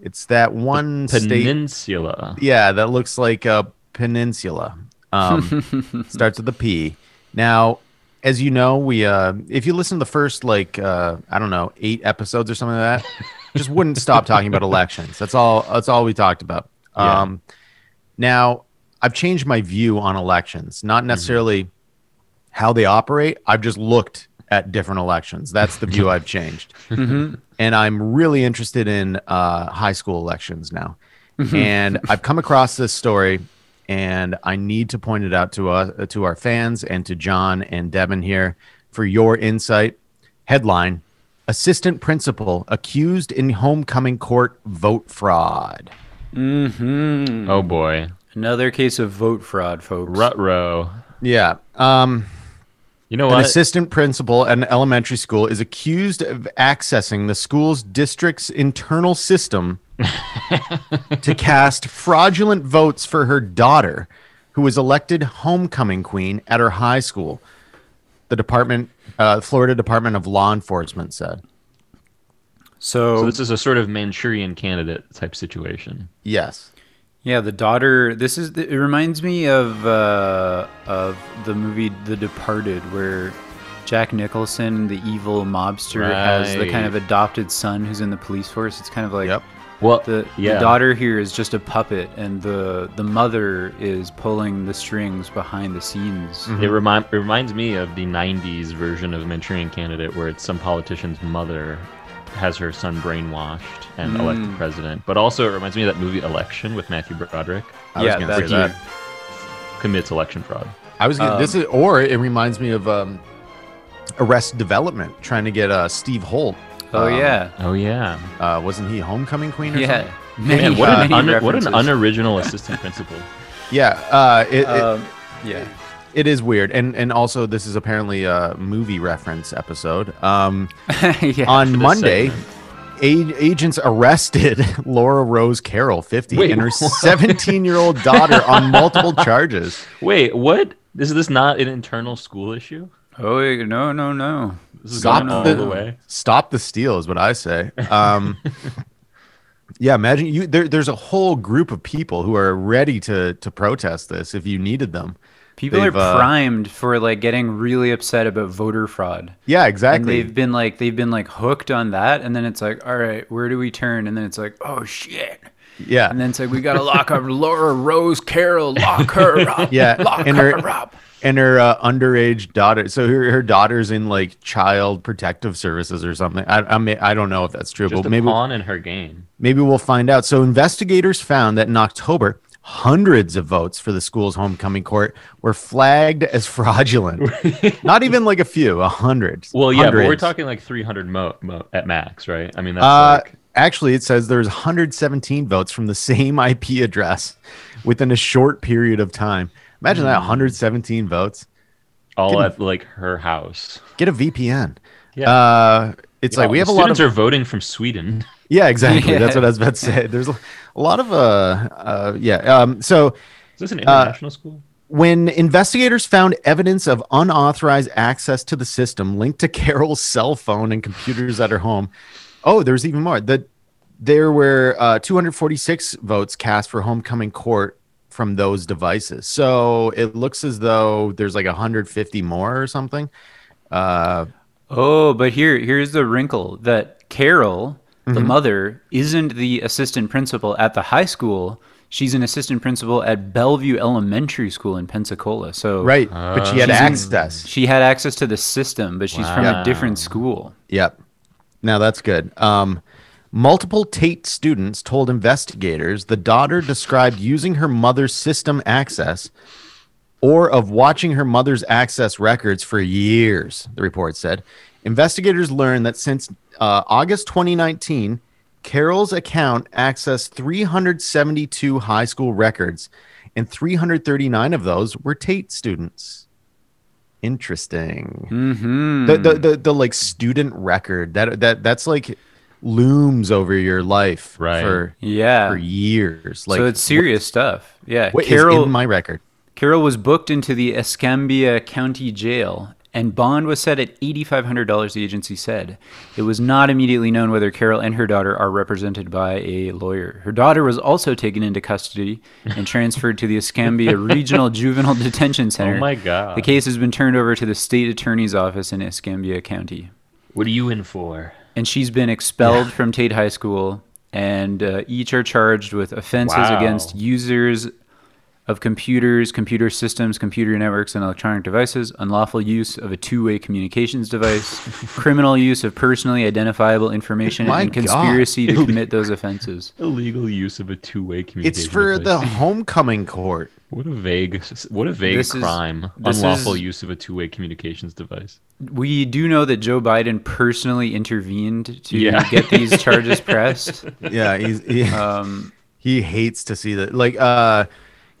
Speaker 3: it's that one state
Speaker 4: Peninsula.
Speaker 3: yeah, that looks like a peninsula. Um, starts with a P. Now, as you know, we uh, if you listen to the first like uh, I don't know eight episodes or something like that, just wouldn't stop talking about elections. That's all. That's all we talked about.
Speaker 4: Yeah.
Speaker 3: Um, now, I've changed my view on elections. Not necessarily how they operate. I've just looked at different elections. That's the view I've changed. And I'm really interested in uh, high school elections now. and I've come across this story and I need to point it out to us, to our fans and to John and Devin here for your insight. Headline Assistant principal accused in homecoming court vote fraud. Hmm.
Speaker 4: Oh boy.
Speaker 5: Another case of vote fraud, folks.
Speaker 4: Rut row.
Speaker 3: Yeah. Um,
Speaker 4: You know
Speaker 3: An
Speaker 4: what?
Speaker 3: assistant principal at an elementary school is accused of accessing the school's district's internal system to cast fraudulent votes for her daughter, who was elected homecoming queen at her high school. The department, uh, Florida Department of Law Enforcement, said
Speaker 5: So,
Speaker 4: so this is a sort of Manchurian candidate type situation.
Speaker 3: yes.
Speaker 5: yeah, the daughter. This is. It reminds me of uh, of the movie The Departed, where Jack Nicholson, the evil mobster, has the kind of adopted son who's in the police force. It's kind of like
Speaker 3: Yep.
Speaker 4: Well,
Speaker 5: The,
Speaker 4: yeah.
Speaker 5: the daughter here is just a puppet, and the the mother is pulling the strings behind the scenes.
Speaker 4: It, remind, it reminds me of the 90s version of Manchurian Candidate, where it's some politician's mother has her son brainwashed and elect the president. But also, it reminds me of that movie Election with Matthew Broderick,
Speaker 3: I
Speaker 5: yeah,
Speaker 3: was
Speaker 5: that's
Speaker 3: gonna say that.
Speaker 5: you.
Speaker 4: commits election fraud.
Speaker 3: I was gonna, this is or it reminds me of um, Arrest Development trying to get uh, Steve Holt.
Speaker 5: Oh
Speaker 3: Um,
Speaker 5: yeah,
Speaker 4: Oh, yeah.
Speaker 3: uh, wasn't he Homecoming Queen? Or
Speaker 5: yeah.
Speaker 3: something?
Speaker 5: Many-
Speaker 4: Man, what an,
Speaker 5: many
Speaker 4: un- what an
Speaker 5: references.
Speaker 4: unoriginal assistant principal.
Speaker 3: yeah. Uh, it, it-
Speaker 5: Um, yeah.
Speaker 3: it is weird, and and also this is apparently a movie reference episode. Um,
Speaker 5: yeah.
Speaker 3: on
Speaker 4: this
Speaker 3: Monday, a- agents arrested Laura Rose Carroll, 50,
Speaker 4: Wait,
Speaker 3: and her
Speaker 4: what?
Speaker 3: 17 year old daughter on multiple charges.
Speaker 4: Wait, what? Is this not an internal school issue?
Speaker 5: Oh wait, no, no, no.
Speaker 4: This is
Speaker 3: Stop
Speaker 4: going all
Speaker 3: the-
Speaker 4: the way.
Speaker 3: Stop the steal is what I say. Um, yeah, imagine you. There, there's a whole group of people who are ready to to protest this if you needed them.
Speaker 5: People
Speaker 3: They've, uh,
Speaker 5: are primed for like getting really upset about voter fraud.
Speaker 3: Yeah,
Speaker 5: And
Speaker 3: exactly.
Speaker 5: they've been like they've been like hooked on that and then it's like, all right, where do we turn? And then it's like, oh shit.
Speaker 3: yeah,
Speaker 5: And then it's like we gotta lock up Laura Rose Carroll, lock her up.
Speaker 3: Yeah,
Speaker 5: Lock
Speaker 3: and
Speaker 5: her
Speaker 3: her-
Speaker 5: up.
Speaker 3: and her uh, underage daughter. So her, her daughter's in like child protective services or something. I I, may, I don't know if that's true,
Speaker 4: Just
Speaker 3: but
Speaker 4: a
Speaker 3: maybe
Speaker 4: pawn in her game.
Speaker 3: Maybe we'll find out. So, investigators found that in October, hundreds of votes for the school's homecoming court were flagged as fraudulent. Not even like a few, a hundred.
Speaker 4: Well, yeah, but we're
Speaker 3: Hundreds.
Speaker 4: talking like 300 mo- mo- at max, right? I mean, that's
Speaker 3: Uh,
Speaker 4: like
Speaker 3: actually, it says there's 117 votes from the same IP address within a short period of time. Imagine
Speaker 4: Hmm.
Speaker 3: that 117 votes.
Speaker 4: all
Speaker 3: can-
Speaker 4: at like her house.
Speaker 3: Get a VPN.
Speaker 4: Yeah.
Speaker 3: Uh, it's like we
Speaker 4: The
Speaker 3: have a lot of
Speaker 4: students are voting from Sweden.
Speaker 3: yeah exactly
Speaker 5: Yeah.
Speaker 3: that's what i was about to say there's a a lot of uh, uh yeah um so
Speaker 4: Is this an
Speaker 3: Uh,
Speaker 4: international school?
Speaker 3: When investigators found evidence of unauthorized access to the system linked to Carol's cell phone and computers at her home, oh, there's even more. That there were uh, 246 votes cast for homecoming court from those devices. So it looks as though there's like 150 more or something. Uh,
Speaker 5: Oh, but here here's the wrinkle that Carol, the
Speaker 3: Mm-hmm.
Speaker 5: mother, isn't the assistant principal at the high school. She's an assistant principal at Bellevue Elementary School in Pensacola. So
Speaker 3: right, but she had
Speaker 4: Uh,
Speaker 3: access.
Speaker 5: She had access to the system, but she's from a different school.
Speaker 3: Yep. Now that's good. Um, multiple Tate students told investigators the daughter described using her mother's system access or of watching her mother's access records for years, the report said. Investigators learned that since uh, August 2019, Carol's account accessed 372 high school records, and 339 of those were Tate students. Interesting
Speaker 5: Mm-hmm.
Speaker 3: the, the, the the like student record that that that's like looms over your life
Speaker 4: Right.
Speaker 3: for
Speaker 5: yeah.
Speaker 3: for years like
Speaker 5: so it's serious stuff. Yeah.
Speaker 3: what is
Speaker 5: Carol
Speaker 3: in my record
Speaker 5: Carol was booked into the Escambia County Jail, and bond was set at $8,500, the agency said. It was not immediately known whether Carol and her daughter are represented by a lawyer. Her daughter was also taken into custody and transferred to the Escambia Regional Juvenile Detention Center.
Speaker 4: Oh my God.
Speaker 5: The case has been turned over to the state attorney's office in Escambia County.
Speaker 4: What are you in for?
Speaker 5: And she's been expelled from Tate High School, and uh, each are charged with offenses
Speaker 4: Wow.
Speaker 5: against users of computers, computer systems, computer networks, and electronic devices, unlawful use of a two way communications device, criminal use of personally identifiable information,
Speaker 3: My
Speaker 5: and
Speaker 3: God.
Speaker 5: conspiracy to commit those offenses.
Speaker 4: Illegal use of a two-way communication.
Speaker 3: it's for the
Speaker 4: device.
Speaker 3: homecoming court
Speaker 4: what a vague what a vague
Speaker 5: This is-
Speaker 4: crime.
Speaker 5: this
Speaker 4: Unlawful
Speaker 5: is-
Speaker 4: use of a two-way communications device.
Speaker 5: We do know that Joe Biden personally intervened to
Speaker 4: Yeah.
Speaker 5: get these charges pressed.
Speaker 3: yeah he's he,
Speaker 5: Um,
Speaker 3: he hates to see that like uh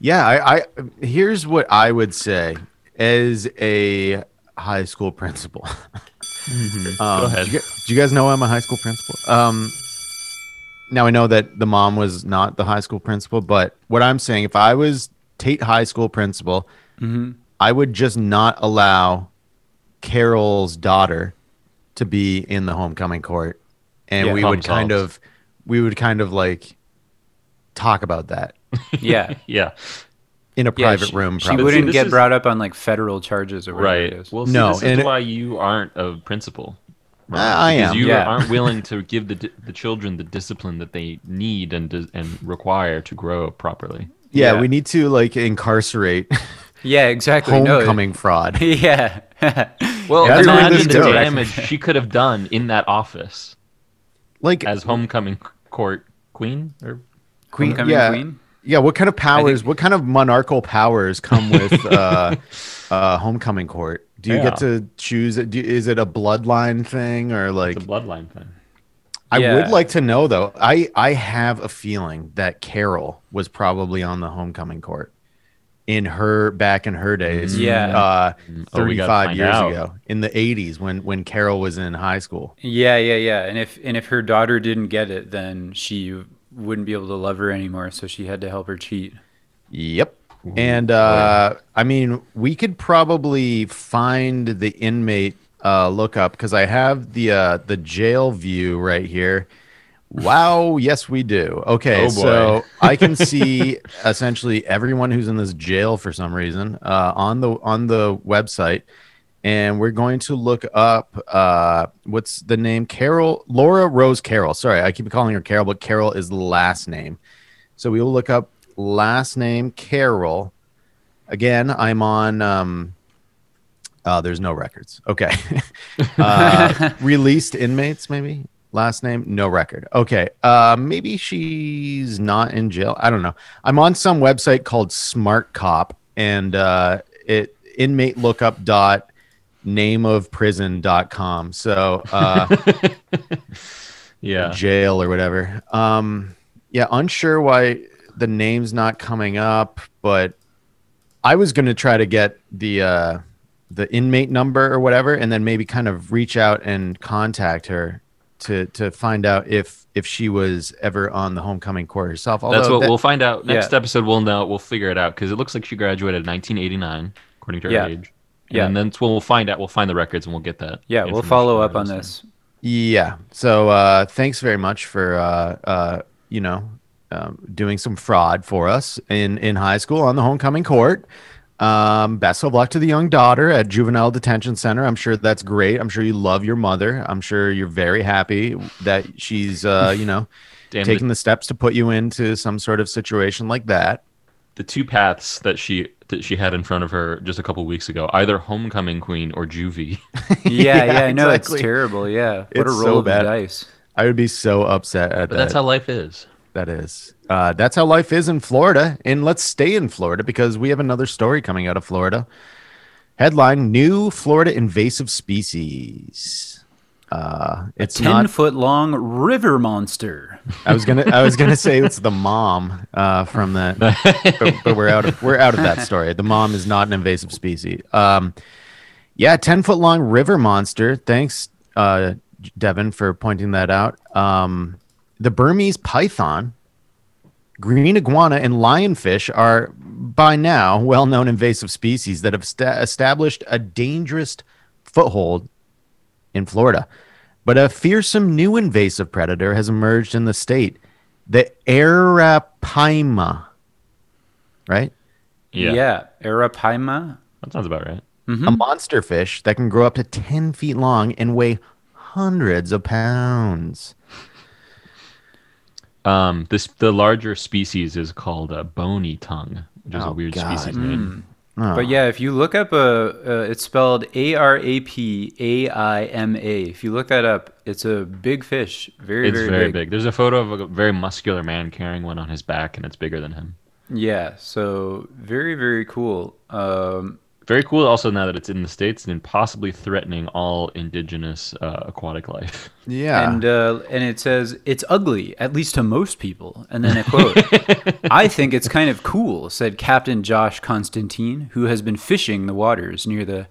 Speaker 3: yeah I, I here's what i would say as a high school principal
Speaker 4: Go
Speaker 3: Um,
Speaker 4: ahead.
Speaker 3: Do you, gu- do you guys know I'm a high school principal? Um, now I know that the mom was not the high school principal, but what I'm saying, if I was Tate High School principal, I would just not allow Carol's daughter to be in the homecoming court, and
Speaker 4: Yeah.
Speaker 3: we
Speaker 4: Problem
Speaker 3: would kind
Speaker 4: solved.
Speaker 3: of, we would kind of like talk about that
Speaker 5: yeah.
Speaker 4: yeah.
Speaker 3: in a
Speaker 5: Yeah,
Speaker 3: private
Speaker 5: she,
Speaker 3: room.
Speaker 5: She
Speaker 3: probably.
Speaker 5: wouldn't
Speaker 4: This
Speaker 5: get
Speaker 4: is-
Speaker 5: brought up on like federal charges or whatever
Speaker 4: Right.
Speaker 5: it is.
Speaker 4: Well, see,
Speaker 3: No,
Speaker 4: this is
Speaker 3: and it-
Speaker 4: why you aren't a principal.
Speaker 3: Uh, I
Speaker 4: because
Speaker 3: am.
Speaker 4: You
Speaker 5: Yeah.
Speaker 4: aren't willing to give the, di- the children the discipline that they need and des- and require to grow up properly.
Speaker 3: Yeah,
Speaker 5: Yeah.
Speaker 3: we need to like incarcerate
Speaker 5: Yeah, exactly. no, it-
Speaker 3: homecoming fraud.
Speaker 5: yeah.
Speaker 4: Well,
Speaker 3: That's where
Speaker 4: imagine
Speaker 3: this
Speaker 4: the
Speaker 3: goes.
Speaker 4: damage she could have done in that office
Speaker 3: Like,
Speaker 4: as homecoming court queen or
Speaker 5: queen coming
Speaker 3: Um, yeah,
Speaker 5: queen.
Speaker 3: yeah. What kind of powers? what kind of monarchal powers come with uh, uh, homecoming court? Do you
Speaker 4: Yeah.
Speaker 3: get to choose? It? Do, is it a bloodline thing or like?
Speaker 4: the bloodline thing.
Speaker 3: I
Speaker 5: Yeah.
Speaker 3: would like to know though. I I have a feeling that Carol was probably on the homecoming court in her back in her days.
Speaker 5: Yeah.
Speaker 3: uh,
Speaker 4: Oh, we
Speaker 3: thirty
Speaker 4: gotta
Speaker 3: five
Speaker 4: find
Speaker 3: years
Speaker 4: out.
Speaker 3: ago in the eighties when when Carol was in high school.
Speaker 5: Yeah, yeah, yeah. And if and if her daughter didn't get it, then she wouldn't be able to love her anymore, so she had to help her cheat.
Speaker 3: Yep. And uh, I mean, we could probably find the inmate uh, lookup because I have the uh, the jail view right here. Wow. Yes, we do. Okay.
Speaker 4: Oh, boy.
Speaker 3: so I can see essentially everyone who's in this jail for some reason uh, on the on the website, and we're going to look up uh, what's the name? Carol Laura Rose Carroll. Sorry, I keep calling her Carol, but Carol is the last name. So we will look up last name Carroll. Again, I'm on. Um, uh, there's no records. Okay. uh, released inmates, maybe last name, no record. Okay. Uh, maybe she's not in jail. I don't know. I'm on some website called Smart Cop, and uh, it inmate lookup dot name of prison dot com. So. Uh,
Speaker 4: Yeah.
Speaker 3: jail or whatever. Um, yeah, unsure why the name's not coming up, but I was gonna try to get the uh, the inmate number or whatever, and then maybe kind of reach out and contact her to to find out if if she was ever on the homecoming court herself.
Speaker 4: That's
Speaker 3: Although
Speaker 4: what
Speaker 3: that-
Speaker 4: we'll find out. Next
Speaker 5: Yeah.
Speaker 4: episode, we'll know. We'll figure it out because it looks like she graduated in 1989, according to her
Speaker 5: Yeah.
Speaker 4: age.
Speaker 5: Yeah.
Speaker 4: And then that's when we'll find out. We'll find the records and we'll get that.
Speaker 5: Yeah, we'll
Speaker 4: information
Speaker 5: follow
Speaker 4: out
Speaker 5: up
Speaker 4: of
Speaker 5: on
Speaker 4: thing.
Speaker 5: this.
Speaker 3: yeah. So uh, thanks very much for uh, uh, you know um, doing some fraud for us in in high school on the homecoming court. Um, best of luck to the young daughter at juvenile detention center. I'm sure that's great. I'm sure you love your mother. I'm sure you're very happy that she's uh, you know
Speaker 4: Damn,
Speaker 3: taking
Speaker 4: the,
Speaker 3: the steps to put you into some sort of situation like that.
Speaker 4: the two paths that she that she had in front of her just a couple weeks ago: either homecoming queen or juvie.
Speaker 5: Yeah, yeah,
Speaker 3: Yeah,
Speaker 5: I know
Speaker 3: exactly.
Speaker 5: it's terrible. Yeah, what
Speaker 3: It's
Speaker 5: a
Speaker 3: so
Speaker 5: roll of
Speaker 3: bad.
Speaker 5: the dice.
Speaker 3: I would be so upset at that.
Speaker 4: But that's how life is.
Speaker 3: That is. Uh, that's how life is in Florida. And let's stay in Florida because we have another story coming out of Florida. Headline New Florida Invasive Species. Uh, it's
Speaker 5: Ten
Speaker 3: not.
Speaker 5: foot long river monster.
Speaker 3: I was gonna. I was gonna say it's the mom uh, from that, but, but we're out of we're out of that story. The mom is not an invasive species. Um, yeah, ten foot long river monster. Thanks, uh, Devin, for pointing that out. Um, the Burmese python, green iguana, and lionfish are by now well known invasive species that have sta established a dangerous foothold in Florida. But a fearsome new invasive predator has emerged in the state, the Arapaima. Right?
Speaker 4: Yeah.
Speaker 5: yeah. Arapaima.
Speaker 4: That sounds about right.
Speaker 3: A monster fish that can grow up to 10 feet long and weigh hundreds of pounds.
Speaker 4: Um, this the larger species is called a bony tongue, which is
Speaker 3: Oh,
Speaker 4: a weird
Speaker 3: God.
Speaker 4: species
Speaker 5: Hmm.
Speaker 4: name.
Speaker 3: Ah.
Speaker 5: But yeah, if you look up a, uh, it's spelled A R A P A I M A. If you look that up, it's a big fish. Very,
Speaker 4: It's
Speaker 5: very,
Speaker 4: very
Speaker 5: big.
Speaker 4: big. There's a photo of a very muscular man carrying one on his back, and it's bigger than him.
Speaker 5: Yeah. So very, very cool. Um,
Speaker 4: Very cool. Also, now that it's in the states and possibly threatening all indigenous uh, aquatic life.
Speaker 3: Yeah.
Speaker 5: And uh, and it says it's ugly, at least to most people. And then a quote: "I think it's kind of cool," said Captain Josh Constantine, who has been fishing the waters near the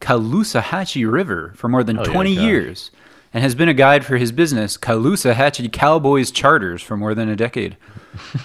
Speaker 5: Caloosahatchee River for more than
Speaker 4: Hell yeah,
Speaker 5: twenty
Speaker 4: Josh.
Speaker 5: years, and has been a guide for his business, Caloosahatchee Cowboys Charters, for more than a decade.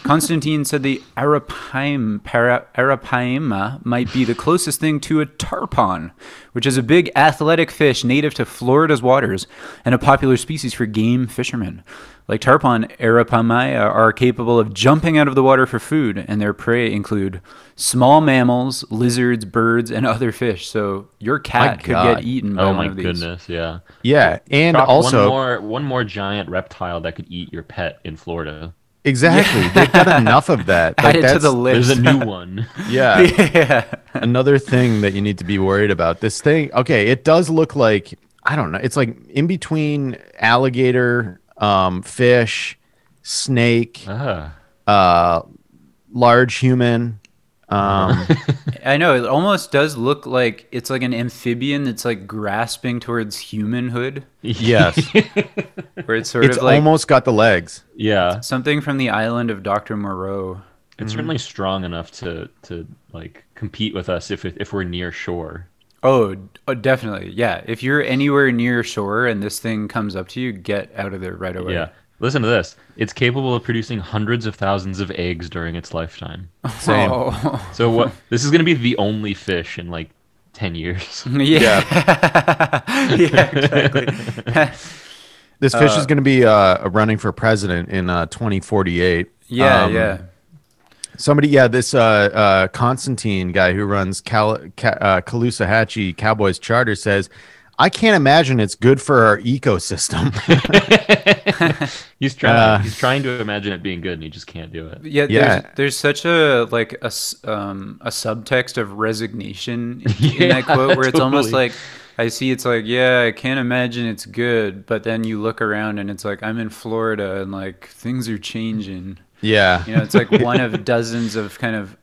Speaker 5: Constantine said the Arapaima, para, Arapaima might be the closest thing to a tarpon, which is a big athletic fish native to Florida's waters and a popular species for game fishermen. Like tarpon, Arapaima are capable of jumping out of the water for food, and their prey include small mammals, lizards, birds, and other fish. So your cat could
Speaker 3: God.
Speaker 5: get eaten by
Speaker 4: Oh
Speaker 5: one
Speaker 4: my
Speaker 5: of these.
Speaker 4: goodness, yeah.
Speaker 3: Yeah, and
Speaker 4: Drop
Speaker 3: also
Speaker 4: one more one more giant reptile that could eat your pet in Florida.
Speaker 3: exactly, they've got enough of that. Like,
Speaker 5: Add it to
Speaker 3: that's-
Speaker 5: the list.
Speaker 4: There's a new one.
Speaker 3: Yeah,
Speaker 5: yeah.
Speaker 3: another thing that you need to be worried about. This thing, okay, it does look like I don't know. It's like in between alligator, um, fish, snake,
Speaker 4: Ah.
Speaker 3: uh, large human. Um,
Speaker 5: I know it almost does look like it's like an amphibian that's like grasping towards humanhood,
Speaker 3: yes,
Speaker 5: where it's sort
Speaker 3: it's
Speaker 5: of like
Speaker 3: almost got the legs.
Speaker 4: yeah.
Speaker 5: something from the island of Doctor Moreau.
Speaker 4: It's certainly strong enough to to like compete with us if if we're near shore.
Speaker 5: Oh, d- oh, definitely, yeah. If you're anywhere near shore and this thing comes up to you, get out of there right away.
Speaker 4: Yeah. Listen to this. It's capable of producing hundreds of thousands of eggs during its lifetime.
Speaker 3: Same.
Speaker 5: Oh.
Speaker 4: So what this is going to be the only fish in like 10 years.
Speaker 5: yeah. Yeah. exactly.
Speaker 3: This fish is going to be uh, running for president in uh, 2048.
Speaker 5: yeah,
Speaker 3: Um,
Speaker 5: yeah.
Speaker 3: Somebody, yeah, this uh, uh, Constantine guy who runs Cal- Ca- uh, Caloosahatchee Cowboys Charter says, "I can't imagine it's good for our ecosystem."
Speaker 4: He's trying
Speaker 3: Uh.
Speaker 4: he's trying to imagine it being good and he just can't do it.
Speaker 5: Yeah,
Speaker 3: Yeah.
Speaker 5: There's, there's such a like a s- um, a subtext of resignation in, in that
Speaker 4: Yeah,
Speaker 5: quote where it's almost
Speaker 4: totally.
Speaker 5: like I see it's like yeah I can't imagine it's good but then you look around and it's like I'm in Florida and like things are changing
Speaker 3: yeah,
Speaker 5: you know it's like one of dozens of kind of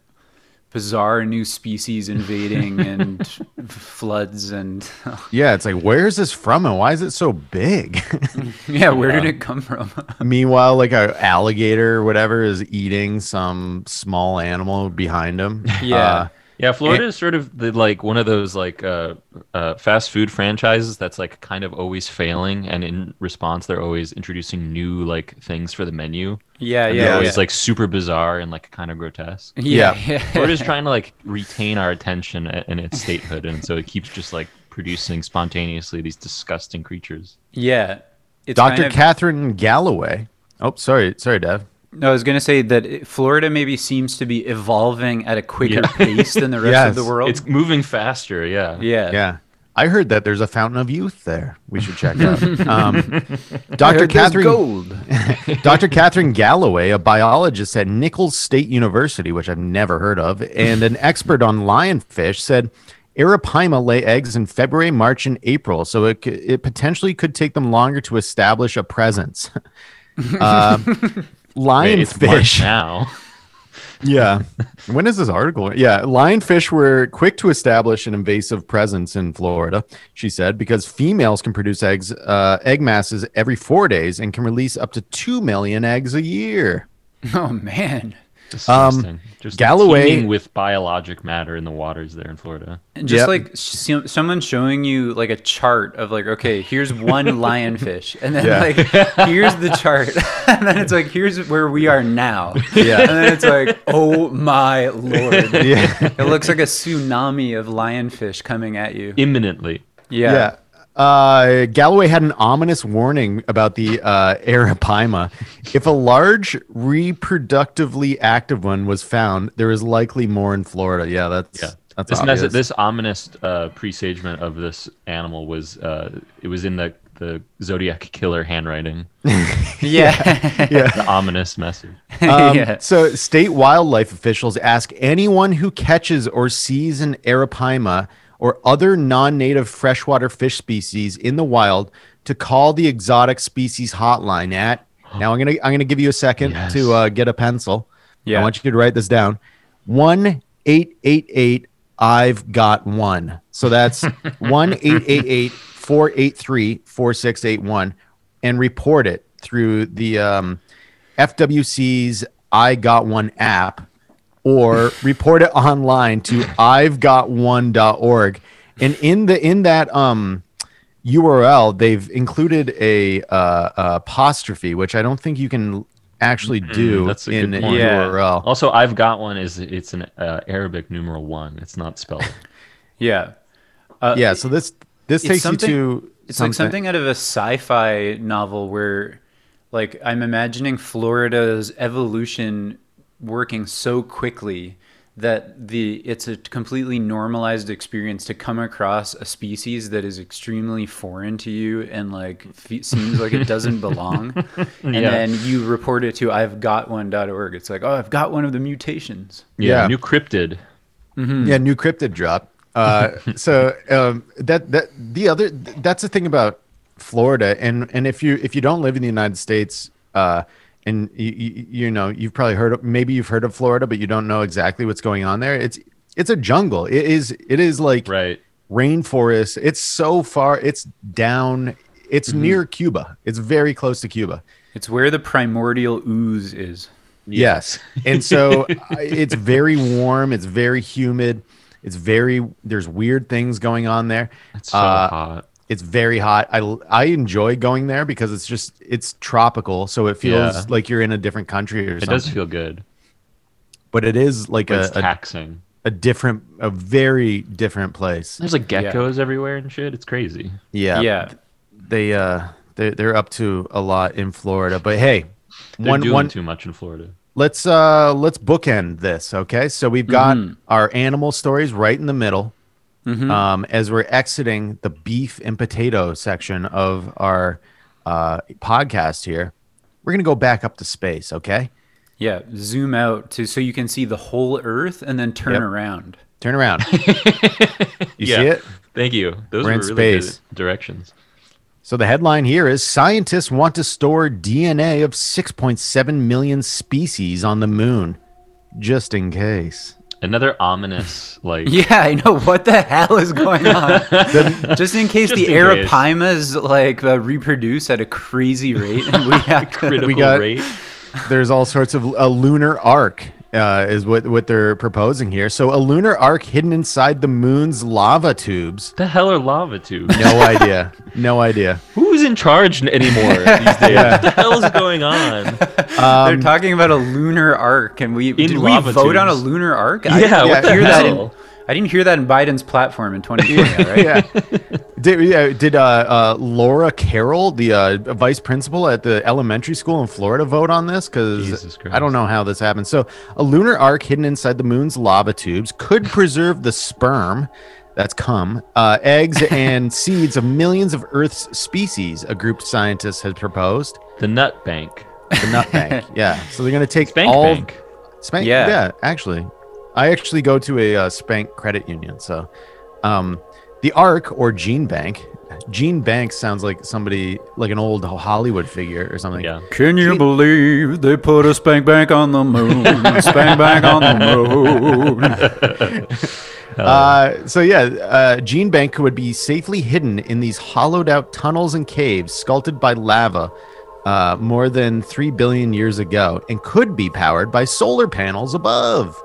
Speaker 5: bizarre new species invading and f- floods and
Speaker 3: yeah. It's like, where is this from, and why is it so big?
Speaker 5: yeah where did it come from
Speaker 3: Meanwhile, like a alligator or whatever is eating some small animal behind him.
Speaker 5: Yeah.
Speaker 3: Uh,
Speaker 4: Yeah, Florida is sort of the like one of those like uh, uh, fast food franchises that's like kind of always failing, and in response they're always introducing new like things for the menu.
Speaker 5: yeah
Speaker 4: And they're
Speaker 5: yeah
Speaker 4: always
Speaker 5: yeah.
Speaker 4: like super bizarre and like kind of grotesque.
Speaker 5: yeah,
Speaker 3: Yeah.
Speaker 5: yeah.
Speaker 4: Florida's trying to like retain our attention a- and its statehood, and so it keeps just like producing spontaneously these disgusting creatures.
Speaker 5: yeah. It's
Speaker 3: Dr.
Speaker 5: kind of-
Speaker 3: Catherine Galloway. Oh, sorry, sorry, Dev.
Speaker 5: No, I was going to say that it- Florida maybe seems to be evolving at a quicker
Speaker 4: Yeah.
Speaker 5: pace than the rest of the
Speaker 3: Yes,
Speaker 5: world.
Speaker 4: It's moving faster, yeah.
Speaker 5: yeah.
Speaker 3: Yeah. I heard that there's a fountain of youth there. We should check out. Um, Dr.
Speaker 5: There's
Speaker 3: Catherine
Speaker 5: gold.
Speaker 3: Dr. Catherine Galloway, a biologist at Nichols State University, which I've never heard of, and an expert on lionfish, said Arapaima lay eggs in February, March, and April, so it, c- it potentially could take them longer to establish a presence. Uh,
Speaker 4: Hey, it's
Speaker 3: lionfish.
Speaker 4: March now.
Speaker 3: Yeah. When is this article? Yeah. Lionfish were quick to establish an invasive presence in Florida, she said, because females can produce eggs, uh, egg masses every four days and can release up to 2 million eggs a year.
Speaker 5: Oh man.
Speaker 4: Disgusting. just
Speaker 3: Galloway-
Speaker 4: teeming with biologic matter in the waters there in Florida.
Speaker 5: And just
Speaker 3: Yep.
Speaker 5: like s- someone showing you like a chart of like okay, here's one lionfish and then
Speaker 3: Yeah.
Speaker 5: like here's the chart. and then it's like here's where we are now.
Speaker 3: Yeah.
Speaker 5: And then it's like oh my lord.
Speaker 3: Yeah.
Speaker 5: It looks like a tsunami of lionfish coming at you.
Speaker 4: Imminently.
Speaker 5: Yeah.
Speaker 3: Yeah. Uh, Galloway had an ominous warning about the uh, arapaima. If a large, reproductively active one was found, there is likely more in Florida. Yeah, that's
Speaker 4: Yeah.
Speaker 3: that's
Speaker 4: this,
Speaker 3: obvious.
Speaker 4: mes- this ominous uh, presagement of this animal was uh, it was in the, the Zodiac killer handwriting.
Speaker 5: Yeah.
Speaker 4: The ominous message.
Speaker 3: Um,
Speaker 5: yeah.
Speaker 3: So, state wildlife officials ask anyone who catches or sees an arapaima or other non-native freshwater fish species in the wild to call the exotic species hotline at. Now, I'm gonna I'm gonna give you a second
Speaker 4: Yes.
Speaker 3: to uh, get a pencil.
Speaker 5: Yeah.
Speaker 3: I want you to write this down. One eight eight eight. I've got one. So that's one eight eight eight four eight three four six eight one, and report it through the um, FWC's I Got One app, or report it online to I've Got One.org. And in the in that um, URL, they've included a uh, apostrophe, which I don't think you can actually do
Speaker 4: That's a
Speaker 3: in
Speaker 4: good point.
Speaker 5: Yeah.
Speaker 3: URL.
Speaker 4: Also, I've got one. Is it's an uh, Arabic numeral one. It's not spelled.
Speaker 5: Yeah. Uh,
Speaker 3: yeah, so this this
Speaker 5: it's
Speaker 3: takes you
Speaker 5: something-
Speaker 3: to
Speaker 5: It's like something out of a sci-fi novel where like I'm imagining Florida's evolution working so quickly that the it's a completely normalized experience to come across a species that is extremely foreign to you and like fe- seems like it doesn't belong and
Speaker 4: Yeah.
Speaker 5: then you report it to I've got one.org it's like oh I've got one of the mutations
Speaker 4: Yeah,
Speaker 3: Yeah.
Speaker 4: new cryptid.
Speaker 3: Yeah, new cryptid drop. Uh, so um, that that the other that's the thing about Florida, and and if you if you don't live in the United States, uh, and you, you, you know you've probably heard of, maybe you've heard of Florida, but you don't know exactly what's going on there. It's it's a jungle. It is it is like
Speaker 4: Right.
Speaker 3: rainforest. It's so far. It's down. It's
Speaker 5: Mm-hmm.
Speaker 3: near Cuba. It's very close to Cuba.
Speaker 5: it's where the primordial ooze is
Speaker 3: Yes. And so I- it's very warm, it's very humid, it's very there's weird things going on there.
Speaker 4: It's so
Speaker 3: Uh,
Speaker 4: hot.
Speaker 3: It's very hot. I I enjoy going there because it's just it's tropical, so it feels
Speaker 4: Yeah.
Speaker 3: like you're in a different country or
Speaker 4: It
Speaker 3: something.
Speaker 4: does feel good.
Speaker 3: but it is like
Speaker 4: But
Speaker 3: a,
Speaker 4: it's
Speaker 3: a
Speaker 4: taxing.
Speaker 3: a different a very different place.
Speaker 4: There's like geckos everywhere and shit. It's crazy.
Speaker 3: Yeah.
Speaker 5: yeah
Speaker 3: They uh they they're up to a lot in Florida, but hey,
Speaker 4: They're
Speaker 3: one
Speaker 4: doing
Speaker 3: one
Speaker 4: too much in Florida.
Speaker 3: let's uh let's bookend this okay so we've got our animal stories right in the middle um as we're exiting the beef and potato section of our uh podcast here we're gonna go back up to space okay
Speaker 5: Yeah, zoom out to so you can see the whole Earth and then turn
Speaker 3: Yep.
Speaker 5: around.
Speaker 3: turn around you see it
Speaker 4: Thank you. Those
Speaker 3: We're
Speaker 4: were
Speaker 3: in
Speaker 4: really
Speaker 3: space.
Speaker 4: good directions.
Speaker 3: so the headline here is scientists want to store dna of 6.7 million species on the moon just in case
Speaker 4: Another ominous like
Speaker 5: Yeah, I know what the hell is going on. just in case
Speaker 4: Just
Speaker 5: the
Speaker 4: in case.
Speaker 5: arapimas like uh, reproduce at a crazy rate, and we have to,
Speaker 4: critical
Speaker 3: got-
Speaker 4: rate.
Speaker 3: there's all sorts of a lunar arc uh, is what what they're proposing here. So a lunar arc hidden inside the moon's lava tubes.
Speaker 4: The hell are lava tubes?
Speaker 3: No idea. No idea.
Speaker 4: Who's in charge n- anymore these days? What the hell is going on? Um,
Speaker 5: they're talking about a lunar arc, and we did we
Speaker 4: lava
Speaker 5: vote on a
Speaker 4: tubes.
Speaker 5: lunar arc?
Speaker 4: Yeah,
Speaker 5: I,
Speaker 4: what
Speaker 5: didn't
Speaker 4: the
Speaker 5: hear that in,
Speaker 4: hell?
Speaker 5: I didn't hear that in Biden's platform in 2020, right?
Speaker 3: Yeah. Did yeah, did uh, uh, Laura Carroll, the uh, vice principal at the elementary school in Florida, vote on this? Because
Speaker 4: Jesus
Speaker 3: I don't
Speaker 4: Christ.
Speaker 3: know how this happened. So a lunar arc hidden inside the moon's lava tubes could preserve the sperm. That's cum, uh, eggs, and seeds of millions of Earth's species. A group of scientists has proposed.
Speaker 4: The nut bank.
Speaker 3: The nut bank. Yeah. So they're gonna take
Speaker 4: Spank
Speaker 3: all
Speaker 4: bank.
Speaker 3: spank. Yeah.
Speaker 5: Yeah.
Speaker 3: Actually, I actually go to a uh, spank credit union. So, um, the Arc or Gene Bank. Gene Bank sounds like somebody like an old Hollywood figure or something.
Speaker 4: Yeah.
Speaker 5: Can you believe they put a spank bank on the moon? spank bank on the moon.
Speaker 3: Uh, so yeah, uh, Gene Bank would be safely hidden in these hollowed out tunnels and caves sculpted by lava. Uh, more than 3 billion years ago, and could be powered by solar panels above.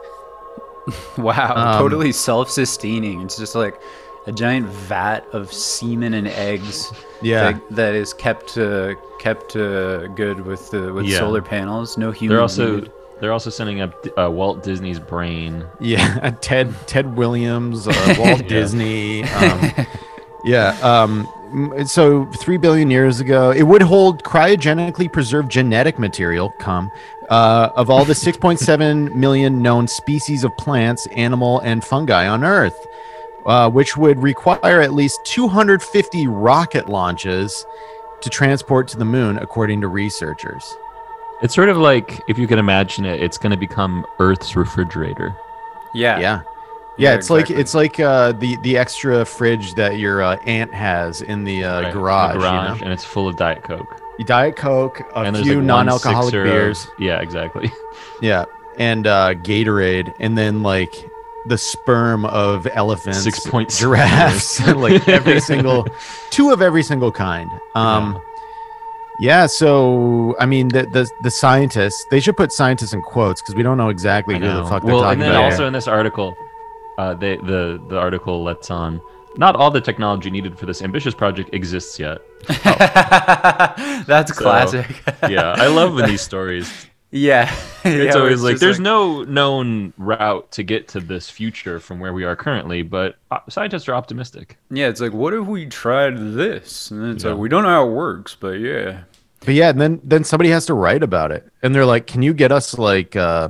Speaker 5: Wow,
Speaker 4: Um,
Speaker 5: totally self-sustaining. It's just like a giant vat of semen and eggs.
Speaker 3: Yeah.
Speaker 5: that, that is kept uh, kept uh, good with the with
Speaker 4: Yeah.
Speaker 5: solar panels. No humans.
Speaker 4: They're also
Speaker 5: needed.
Speaker 4: they're also sending up uh, Walt Disney's brain.
Speaker 3: Yeah, uh, Ted Ted Williams, uh, Walt Disney. Um, yeah. Um, m- so three billion years ago, it would hold cryogenically preserved genetic material, cum, uh, of all the 6.7 million known species of plants, animal, and fungi on Earth, uh, which would require at least 250 rocket launches to transport to the moon, according to researchers.
Speaker 4: It's sort of like if you can imagine it, it's going to become Earth's refrigerator.
Speaker 5: yeah
Speaker 3: yeah yeah
Speaker 5: Yeah,
Speaker 3: it's like
Speaker 5: exactly.
Speaker 3: it's like uh the the extra fridge that your uh, aunt has in the uh,
Speaker 4: Right? The
Speaker 3: garage, you
Speaker 4: garage,
Speaker 3: know
Speaker 4: and it's full of Diet Coke.
Speaker 3: diet coke a
Speaker 4: and
Speaker 3: few
Speaker 4: one
Speaker 3: non-alcoholic
Speaker 4: sixer of-
Speaker 3: beers
Speaker 4: yeah, exactly.
Speaker 3: yeah and uh gatorade and then like the sperm of elephants
Speaker 4: 6.7
Speaker 3: giraffes like every single two of every single kind um yeah. so I mean, the, the the scientists they should put scientists in quotes because we don't know exactly
Speaker 4: I
Speaker 3: who the
Speaker 4: know.
Speaker 3: fuck they're
Speaker 4: well,
Speaker 3: talking
Speaker 4: and then
Speaker 3: about.
Speaker 4: also in this article, uh, they, the the article lets on Not all the technology needed for this ambitious project exists yet.
Speaker 5: That's
Speaker 4: So,
Speaker 5: classic.
Speaker 4: yeah, I love when these stories.
Speaker 5: yeah.
Speaker 4: It's always like there's no known route to get to this future from where we are currently, but uh, scientists are optimistic.
Speaker 5: Yeah, it's like what if we tried this? And then it's
Speaker 4: Yeah.
Speaker 5: like we don't know how it works, but yeah.
Speaker 3: But yeah, and then then somebody has to write about it, and they're like, "Can you get us like uh,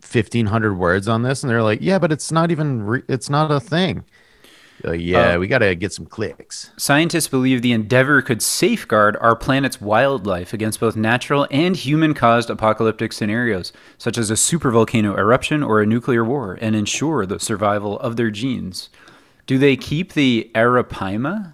Speaker 3: fifteen hundred words on this?" And they're like, "Yeah, but it's not even re- it's not a thing." You're like, yeah,
Speaker 4: Uh,
Speaker 3: we got to get some clicks.
Speaker 5: Scientists believe the endeavor could safeguard our planet's wildlife against both natural and human caused apocalyptic scenarios, such as a supervolcano eruption or a nuclear war, and ensure the survival of their genes. Do they keep the arapaima?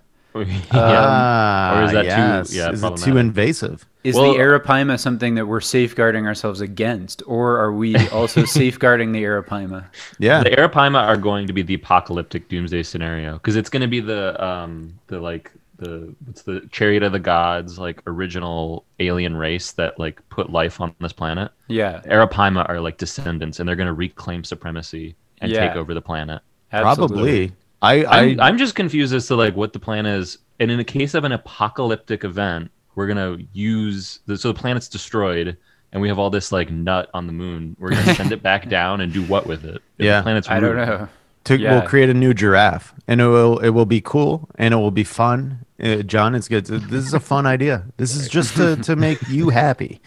Speaker 4: yeah.
Speaker 3: Ah,
Speaker 4: Or is that too-
Speaker 3: yes.
Speaker 4: yeah,
Speaker 3: is it too
Speaker 4: problematic.
Speaker 3: invasive?
Speaker 5: Is
Speaker 4: Well- uh,
Speaker 5: the arapaima something that we're safeguarding ourselves against, or are we also safeguarding the arapaima?
Speaker 3: Yeah,
Speaker 4: The Arapaima are going to be the apocalyptic doomsday scenario because it's going to be the um the like the what's the chariot of the gods like original alien race that like put life on this planet.
Speaker 5: Yeah,
Speaker 4: Arapaima are like descendants and they're going to reclaim supremacy and
Speaker 5: Yeah.
Speaker 4: take over the planet.
Speaker 5: absolutely.
Speaker 3: probably. I, I
Speaker 4: I'm, I'm just confused as to like what the plan is. And in the case of an apocalyptic event, we're gonna use the, so the planet's destroyed, and we have all this like nut on the moon. We're gonna send it back down and do what with it? If the
Speaker 3: Yeah.
Speaker 4: planet's
Speaker 5: I don't
Speaker 4: ruined.
Speaker 5: know.
Speaker 3: to,
Speaker 5: Yeah.
Speaker 3: we'll create a new giraffe, and it will it will be cool, and it will be fun. Uh, John, it's good. This is a fun idea. This is just to, to make you happy.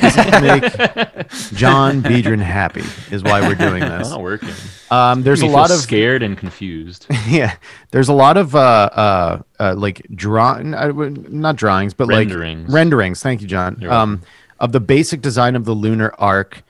Speaker 3: This is to make John Biedron happy. Is why we're doing
Speaker 4: It's
Speaker 3: this.
Speaker 4: not working.
Speaker 3: Um, there's a
Speaker 4: Me feel
Speaker 3: lot of
Speaker 4: scared and confused.
Speaker 3: yeah. There's a lot of uh uh, uh like draw I would- not drawings, but
Speaker 4: Renderings.
Speaker 3: like renderings. Thank you, John.
Speaker 4: You're
Speaker 3: Um, of the basic design of the lunar arc.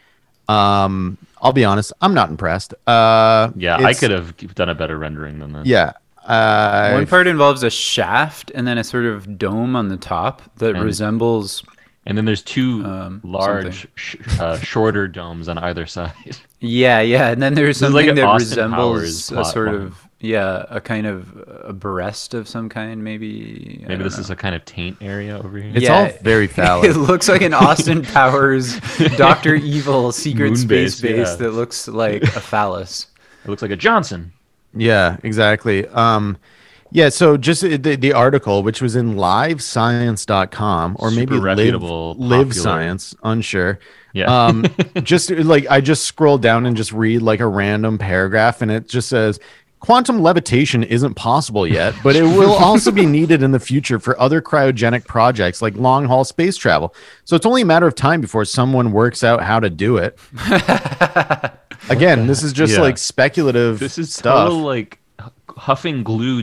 Speaker 3: Um, I'll be honest, I'm not impressed. Uh,
Speaker 4: Yeah, I
Speaker 3: it's-
Speaker 4: could have done a better rendering than that.
Speaker 3: Yeah. Uh,
Speaker 5: One part involves a shaft and then a sort of dome on the top that
Speaker 4: And-
Speaker 5: resembles.
Speaker 4: And then there's two
Speaker 5: Um,
Speaker 4: large, sh- uh, shorter domes on either side.
Speaker 5: Yeah, yeah, and then there's
Speaker 4: This is like
Speaker 5: something
Speaker 4: an
Speaker 5: that
Speaker 4: Austin Powers
Speaker 5: resembles a
Speaker 4: plot
Speaker 5: sort
Speaker 4: line.
Speaker 5: of yeah, a kind of a breast of some kind, maybe. I
Speaker 4: Maybe
Speaker 5: don't
Speaker 4: this
Speaker 5: know.
Speaker 4: is a kind of taint area over here.
Speaker 3: It's
Speaker 5: Yeah.
Speaker 3: all very
Speaker 5: It
Speaker 3: phallic.
Speaker 5: looks like an Austin Powers Doctor Evil secret
Speaker 4: Moon base,
Speaker 5: space base
Speaker 4: yeah.
Speaker 5: that looks like a phallus.
Speaker 4: It looks like a Johnson.
Speaker 3: yeah, exactly. Um, yeah, so just uh, the, the article, which was in livescience.com or maybe
Speaker 4: Super
Speaker 3: live,
Speaker 4: reputable,
Speaker 3: live
Speaker 4: popular.
Speaker 3: Science, unsure.
Speaker 4: Yeah.
Speaker 3: um just like i just scroll down and just read like a random paragraph and it just says quantum levitation isn't possible yet but it will also be needed in the future for other cryogenic projects like long haul space travel so it's only a matter of time before someone works out how to do it again this is just
Speaker 4: Yeah.
Speaker 3: like speculative
Speaker 4: This is
Speaker 3: stuff
Speaker 4: total like hu- huffing glue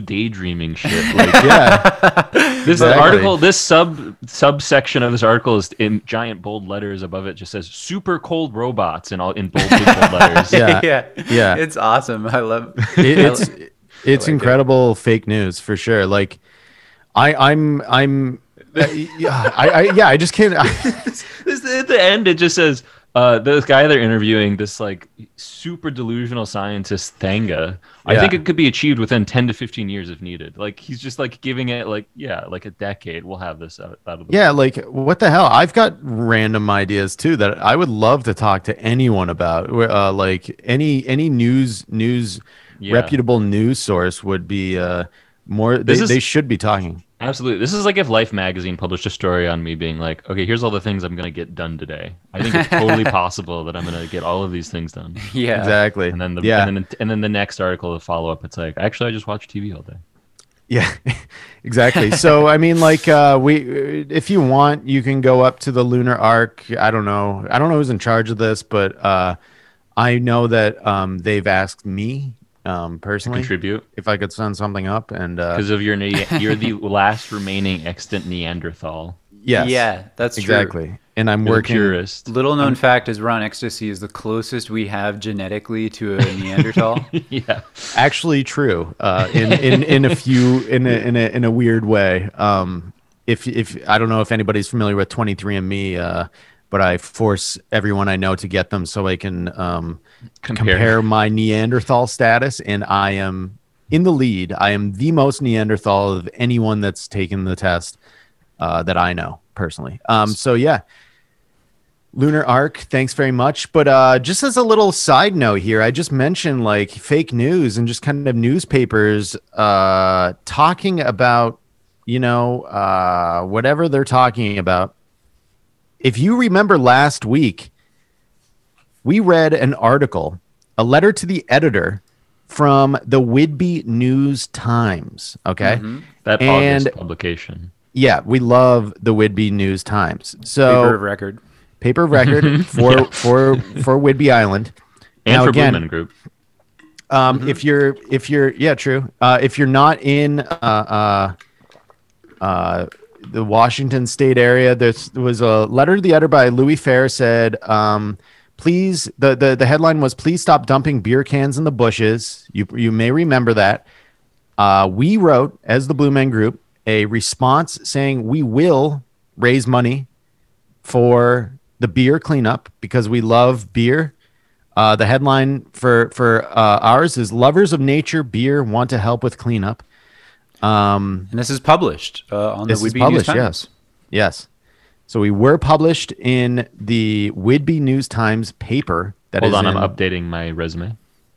Speaker 4: daydreaming shit. Like
Speaker 3: yeah
Speaker 4: this
Speaker 3: Exactly.
Speaker 4: article, this sub subsection of this article is in giant bold letters above it. Just says "super cold robots" in all in bold, big, bold letters.
Speaker 3: Yeah.
Speaker 5: yeah,
Speaker 3: yeah.
Speaker 5: It's awesome. I love.
Speaker 3: It- it's it's
Speaker 5: like it.
Speaker 3: incredible fake news for sure like i i'm i'm uh, yeah, I, I yeah i just can't
Speaker 4: This, at the end, it just says uh, this guy they're interviewing, this like super delusional scientist Thanga. I
Speaker 3: Yeah.
Speaker 4: think it could be achieved within ten to fifteen years if needed. Like he's just like giving it like yeah, like a decade. We'll have this out, out of the
Speaker 3: Yeah, like what the hell? I've got random ideas too that I would love to talk to anyone about. Where, Uh, like any any news news
Speaker 4: Yeah.
Speaker 3: reputable news source would be uh, more. They,
Speaker 4: This is-
Speaker 3: they should be talking.
Speaker 4: Absolutely. This is like if Life magazine published a story on me being like, okay, here's all the things I'm going to get done today. I think it's totally possible that I'm going to get all of these things done.
Speaker 5: Yeah,
Speaker 3: Exactly.
Speaker 4: And then the
Speaker 3: yeah
Speaker 4: and, then, and then the next article, the follow up, it's like, actually, I just watch TV all day.
Speaker 3: yeah exactly. So I mean, like uh, we, if you want, you can go up to the lunar arc. I don't know. I don't know who's in charge of this, but uh, I know that um, they've asked me um, personally
Speaker 4: Contribute
Speaker 3: if I could send something up and. Uh,
Speaker 4: because of your ne- you're the last remaining extant Neanderthal.
Speaker 3: yes.
Speaker 5: yeah, that's true.
Speaker 3: exactly. And I'm
Speaker 4: You're the
Speaker 3: working.
Speaker 4: purist.
Speaker 5: Little known fact is Ron Ecstasy is the closest we have genetically to a Neanderthal.
Speaker 4: yeah.
Speaker 3: Actually, true. Uh, in, in in a few in a, in a in a weird way. Um, if if I don't know if anybody's familiar with 23andMe, uh, but I force everyone I know to get them so I can um, compare.
Speaker 4: Compare.
Speaker 3: my Neanderthal status, and I am in the lead. I am the most Neanderthal of anyone that's taken the test uh, that I know personally. Um, so yeah. Lunar Arc, thanks very much. But uh, just as a little side note here, I just mentioned like fake news and just kind of newspapers uh, talking about, you know, uh, whatever they're talking about. If you remember last week, we read an article, a letter to the editor from the Whidbey News Times. Okay.
Speaker 4: That
Speaker 3: And-
Speaker 4: August publication.
Speaker 3: Yeah, we love the Whidbey News Times. So
Speaker 5: Paper of record.
Speaker 3: paper of record for for for Whidbey Island.
Speaker 4: Mm-hmm. And
Speaker 3: now
Speaker 4: for
Speaker 3: again,
Speaker 4: Blumen Group.
Speaker 3: um, if you're if you're yeah true uh, if you're not in uh, uh, uh, the Washington State area, there's, there was a letter to the editor by Louis Fair said, um, please the, the the headline was please stop dumping beer cans in the bushes. You you may remember that. Uh, we wrote as the Blue Men Group a response saying we will raise money for the beer cleanup because we love beer. Uh, the headline for for uh, ours is "Lovers of Nature Beer Want to Help with Cleanup." Um,
Speaker 5: And this is published uh, on
Speaker 3: this
Speaker 5: the
Speaker 3: is
Speaker 5: Would Be News
Speaker 3: published,
Speaker 5: Times.
Speaker 3: yes, yes. So we were published in the Whidbey News Times paper. That
Speaker 4: Hold
Speaker 3: is
Speaker 4: on, I'm Mm-hmm.
Speaker 3: in-
Speaker 4: updating my resume.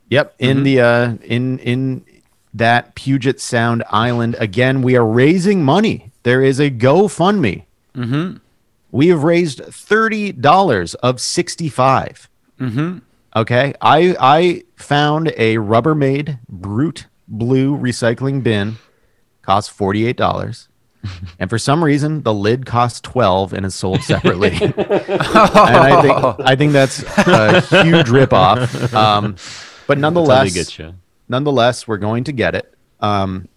Speaker 3: Yep, in the uh, in in that Puget Sound island again. We are raising money. There is a GoFundMe. Mm-hmm. We have raised thirty dollars of sixty five. Mm-hmm. Okay, I I found a Rubbermaid Brute Blue recycling bin. Cost forty eight dollars. And for some reason, the lid costs twelve and is sold separately. and I think I think that's a huge ripoff. Um, but
Speaker 4: Until they
Speaker 3: nonetheless,
Speaker 4: get you.
Speaker 3: nonetheless, we're going to get it. Um,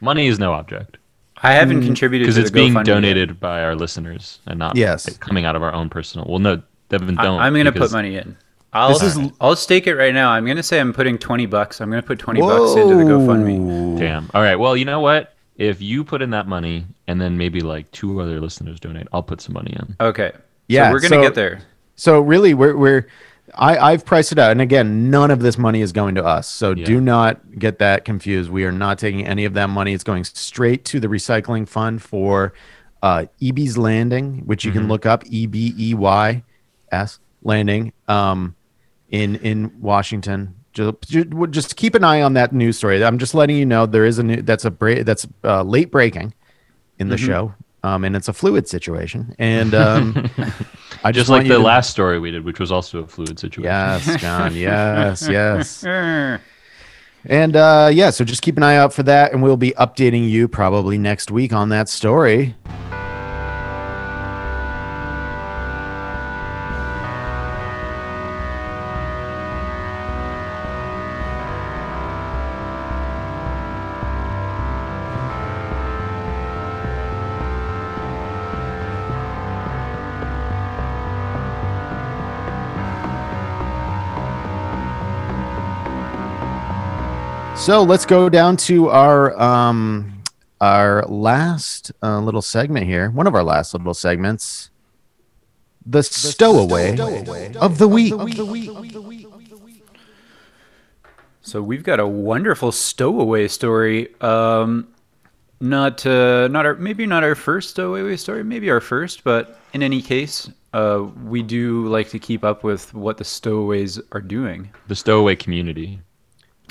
Speaker 4: Money is no object
Speaker 5: I haven't contributed
Speaker 4: because
Speaker 5: to
Speaker 4: Hmm, it's
Speaker 5: the
Speaker 4: being
Speaker 5: GoFundMe yet.
Speaker 4: donated by our listeners and not
Speaker 3: Yes.
Speaker 4: it coming out of our own personal. Well, no, Devin, don't.
Speaker 5: I, am gonna
Speaker 4: because
Speaker 5: put money in. I'll
Speaker 3: This is-
Speaker 5: I'll stake it right now. I'm gonna say I'm putting twenty bucks. I'm gonna put twenty bucks into the GoFundMe.
Speaker 4: Damn. All right. Well, you know what? If you put in that money and then maybe like two other listeners donate, I'll put some money in.
Speaker 5: Okay.
Speaker 3: Yeah,
Speaker 5: So we're gonna
Speaker 3: so-
Speaker 5: get there.
Speaker 3: So really, we're we're I I've priced it out, and again, none of this money is going to us. So do not get that confused. We are not taking any of that money. It's going straight to the recycling fund for uh, EB's Landing, which you
Speaker 4: Mm-hmm.
Speaker 3: can look up E B E Y S Landing um, in in Washington. Just, just keep an eye on that news story. I'm just letting you know there is a new that's a break that's uh, late breaking in
Speaker 4: Mm-hmm.
Speaker 3: the show, um, and it's a fluid situation. And um, I just,
Speaker 4: Just
Speaker 3: want
Speaker 4: like
Speaker 3: you
Speaker 4: the
Speaker 3: to-
Speaker 4: last story we did, which was also a fluid situation.
Speaker 3: Yes, John. Yes, yes. And uh, yeah, so just keep an eye out for that, and we'll be updating you probably next week on that story. So let's go down to our um, our last uh, little segment here. One of our last little segments, the, stowaway, of the week.
Speaker 5: So we've got a wonderful stowaway story. Um, not uh, not our maybe not our first stowaway story, maybe our first, but in any case, uh, we do like to keep up with what the stowaways are doing.
Speaker 4: The stowaway community.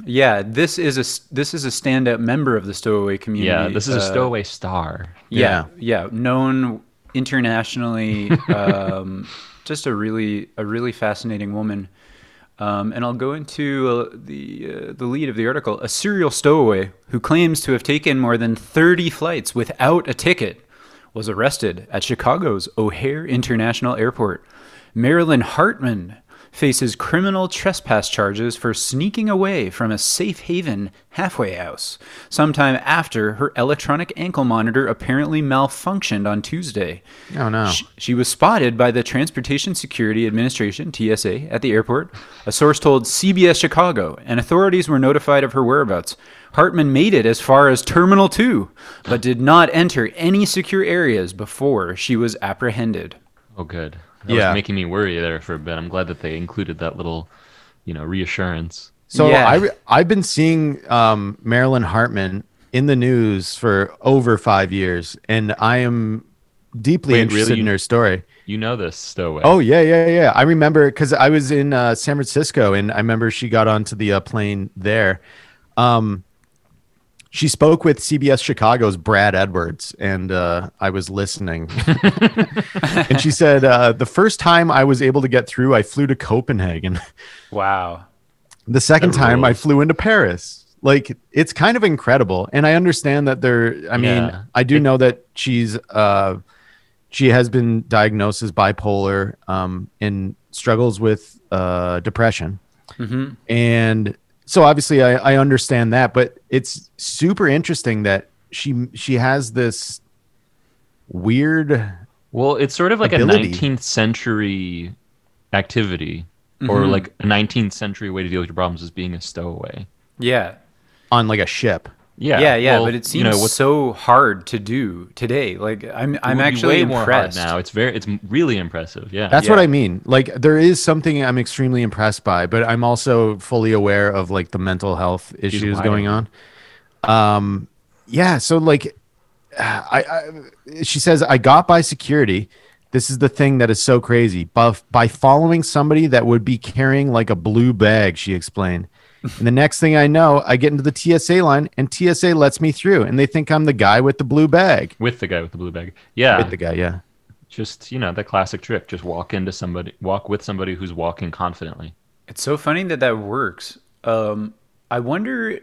Speaker 5: Yeah, this is a s- this is a standout member of the stowaway community.
Speaker 4: Yeah. This is a
Speaker 5: uh,
Speaker 4: stowaway star.
Speaker 5: yeah yeah known internationally um, just a really a really fascinating woman um, and I'll go into uh, the uh, the lead of the article a serial stowaway who claims to have taken more than 30 flights without a ticket was arrested at Chicago's O'Hare International Airport Marilyn Hartman faces criminal trespass charges for sneaking away from a safe haven halfway house sometime after her electronic ankle monitor apparently malfunctioned on Tuesday.
Speaker 3: Oh no!
Speaker 5: Sh- She was spotted by the Transportation Security Administration, TSA, at the airport. A source told CBS Chicago, and authorities were notified of her whereabouts. Hartman made it as far as Terminal 2, but did not enter any secure areas before she was apprehended.
Speaker 4: Oh, good. That
Speaker 3: Yeah.
Speaker 4: was making me worry there for a bit. I'm glad that they included that little, you know, reassurance.
Speaker 3: So
Speaker 5: Yeah.
Speaker 3: I I've been seeing um, Marilyn Hartman in the news for over five years, and I am deeply
Speaker 4: Wait,
Speaker 3: interested
Speaker 4: really?
Speaker 3: in
Speaker 4: You-
Speaker 3: her story.
Speaker 4: You know this stowaway.
Speaker 3: Oh yeah, yeah, yeah. I remember because I was in uh, San Francisco, and I remember she got onto the uh, plane there. Um, she spoke with CBS Chicago's Brad Edwards, and uh, I was listening. and she said, uh, "The first time I was able to get through, I flew to Copenhagen.
Speaker 5: Wow.
Speaker 3: The second
Speaker 4: That
Speaker 3: time, I
Speaker 4: rules.
Speaker 3: flew into Paris. Like it's kind of incredible, and I understand that there. I mean,
Speaker 4: Yeah.
Speaker 3: I do know that she's uh, she has been diagnosed as bipolar, um, and struggles with uh depression, and so obviously I, I understand that, but it's super interesting that she she has this weird.
Speaker 4: Well, it's sort of like
Speaker 3: Ability.
Speaker 4: a 19th century activity
Speaker 5: Mm-hmm.
Speaker 4: or like a 19th century way to deal with your problems is being a stowaway.
Speaker 5: Yeah.
Speaker 3: On like a ship,
Speaker 4: Yeah.
Speaker 5: Yeah, yeah,
Speaker 4: well,
Speaker 5: but it seems
Speaker 4: you know, what's
Speaker 5: so hard to do today. Like I'm I'm
Speaker 4: would be
Speaker 5: actually
Speaker 4: way
Speaker 5: impressed.
Speaker 4: more hard now. It's very, it's m- really impressive. Yeah.
Speaker 3: That's what
Speaker 5: Yeah.
Speaker 3: I mean. Like there is something I'm extremely impressed by, but I'm also fully aware of like the mental health issues
Speaker 4: wild.
Speaker 3: going on. Um yeah, so like I, I she says I got by security. This is the thing that is so crazy. By, by following somebody that would be carrying like a blue bag, she explained. And the next thing I know, I get into the TSA line and TSA lets me through and they think I'm the guy with the blue bag.
Speaker 4: with the guy with the blue bag. Yeah.
Speaker 3: With the guy, yeah.
Speaker 4: Just, you know, that classic trick. Just walk into somebody, walk with somebody who's walking confidently.
Speaker 5: It's so funny that that works. Um, I wonder,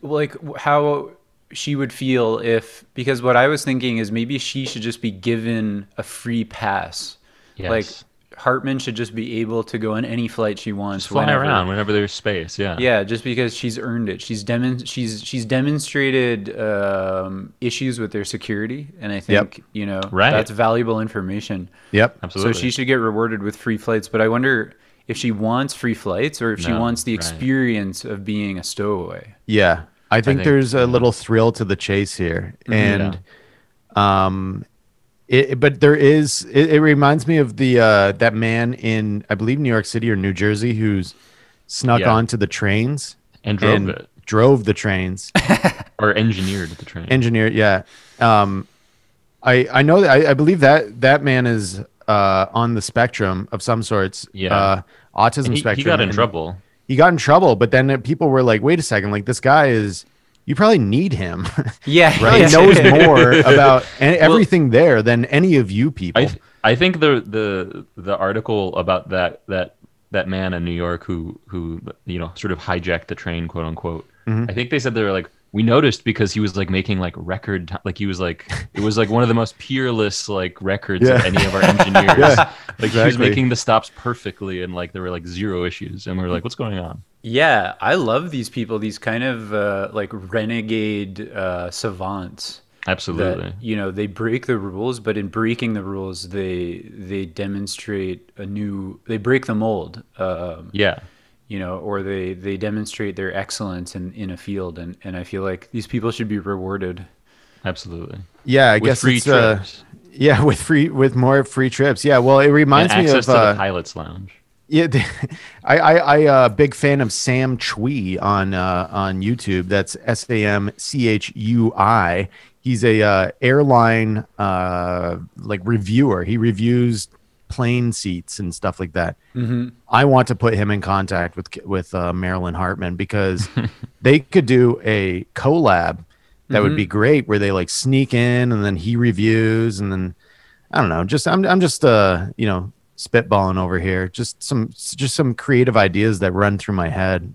Speaker 5: like, how she would feel if because what I was thinking is maybe she should just be given a free pass.
Speaker 4: Yes.
Speaker 5: Like Hartman should just be able to go on any flight she wants.
Speaker 4: Just fly
Speaker 5: whenever.
Speaker 4: around whenever there's space. Yeah.
Speaker 5: Yeah, just because she's earned it. She's demon. She's she's demonstrated um, issues with their security, and I think you know
Speaker 4: Right.
Speaker 5: that's valuable information.
Speaker 3: Yep.
Speaker 4: Absolutely.
Speaker 5: So she should get rewarded with free flights. But I wonder if she wants free flights or if she
Speaker 4: No,
Speaker 5: wants the
Speaker 4: right.
Speaker 5: experience of being a stowaway.
Speaker 3: Yeah. I think,
Speaker 4: think- Mm-hmm.
Speaker 3: there's a little thrill to the chase here. And um it but there is it, it reminds me of the uh that man in I believe New York City or New Jersey who's snuck
Speaker 4: Yeah.
Speaker 3: onto the trains
Speaker 4: And drove it
Speaker 3: drove the trains.
Speaker 4: or engineered the train.
Speaker 3: Engineer, yeah. Um I I know that I, I believe that that man is uh on the spectrum of some sorts.
Speaker 4: Yeah.
Speaker 3: Uh autism
Speaker 4: And he,
Speaker 3: spectrum.
Speaker 4: he got in
Speaker 3: and
Speaker 4: trouble.
Speaker 3: He got in trouble, but then uh, people were like, wait a second, like this guy is you probably need him.
Speaker 5: Yeah,
Speaker 3: right? He knows more about an- everything there than any of you people.
Speaker 4: I th- I think the the the article about that that that man in New York who who you know sort of hijacked the train quote unquote.
Speaker 3: Mm-hmm.
Speaker 4: I think they said they were like we noticed because he was like making like record ti- like he was like it was like one of the most peerless like records of
Speaker 3: Yeah.
Speaker 4: any of our engineers.
Speaker 3: Yeah,
Speaker 4: like he was
Speaker 3: exactly.
Speaker 4: making the stops perfectly and like there were like zero issues and we were like what's going on?
Speaker 5: Yeah, I love these people. These kind of uh, like renegade uh, savants.
Speaker 4: Absolutely.
Speaker 5: That, you know they break the rules, but in breaking the rules, they they demonstrate a new. They break the mold. Um,
Speaker 4: yeah.
Speaker 5: you know, or they they demonstrate their excellence in in a field, and and I feel like these people should be rewarded.
Speaker 4: Absolutely.
Speaker 3: yeah, I
Speaker 4: With
Speaker 3: guess
Speaker 4: free
Speaker 3: it's uh,
Speaker 4: trips
Speaker 3: yeah with free with more free trips. Yeah, well, it
Speaker 4: and
Speaker 3: reminds me
Speaker 4: access
Speaker 3: of
Speaker 4: to the
Speaker 3: uh,
Speaker 4: pilot's lounge.
Speaker 3: yeah, the- I I I uh, big fan of Sam Chui on uh, on YouTube. That's S A M C H U I. He's a uh, airline uh, like reviewer. He reviews plane seats and stuff like that. I want to put him in contact with with uh, Marilyn Hartman because they could do a collab that would be great, where they like sneak in and then he reviews and then I don't know. Just I'm I'm just uh you know spitballing over here. Just some just some creative ideas that run through my head.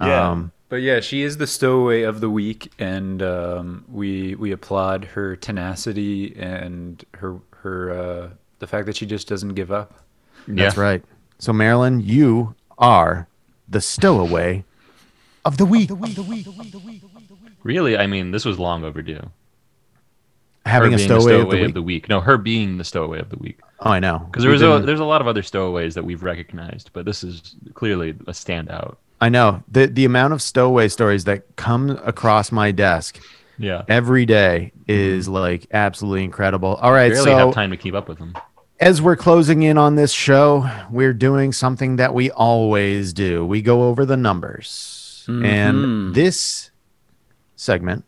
Speaker 5: Yeah.
Speaker 3: Um,
Speaker 5: But yeah, she is the stowaway of the week, and um, we we applaud her tenacity and her her uh, the fact that she just doesn't give up.
Speaker 3: That's right. So Marilyn, you are the stowaway of the week.
Speaker 4: Really, I mean, this was long overdue.
Speaker 3: Having
Speaker 4: her
Speaker 3: a
Speaker 4: being the
Speaker 3: stowaway,
Speaker 4: stowaway
Speaker 3: of the week.
Speaker 4: No, her being the stowaway of the week.
Speaker 3: Oh, I know.
Speaker 4: Because there was
Speaker 3: We've
Speaker 4: a,
Speaker 3: been-
Speaker 4: there's a lot of other stowaways that we've recognized, but this is clearly a standout.
Speaker 3: I know the the amount of stowaway stories that come across my desk
Speaker 4: Yeah,
Speaker 3: every day is like absolutely incredible. All right,
Speaker 4: barely
Speaker 3: so
Speaker 4: Mm-hmm. have time to keep up with them.
Speaker 3: as we're closing in on this show, we're doing something that we always do. We go over the numbers. And this segment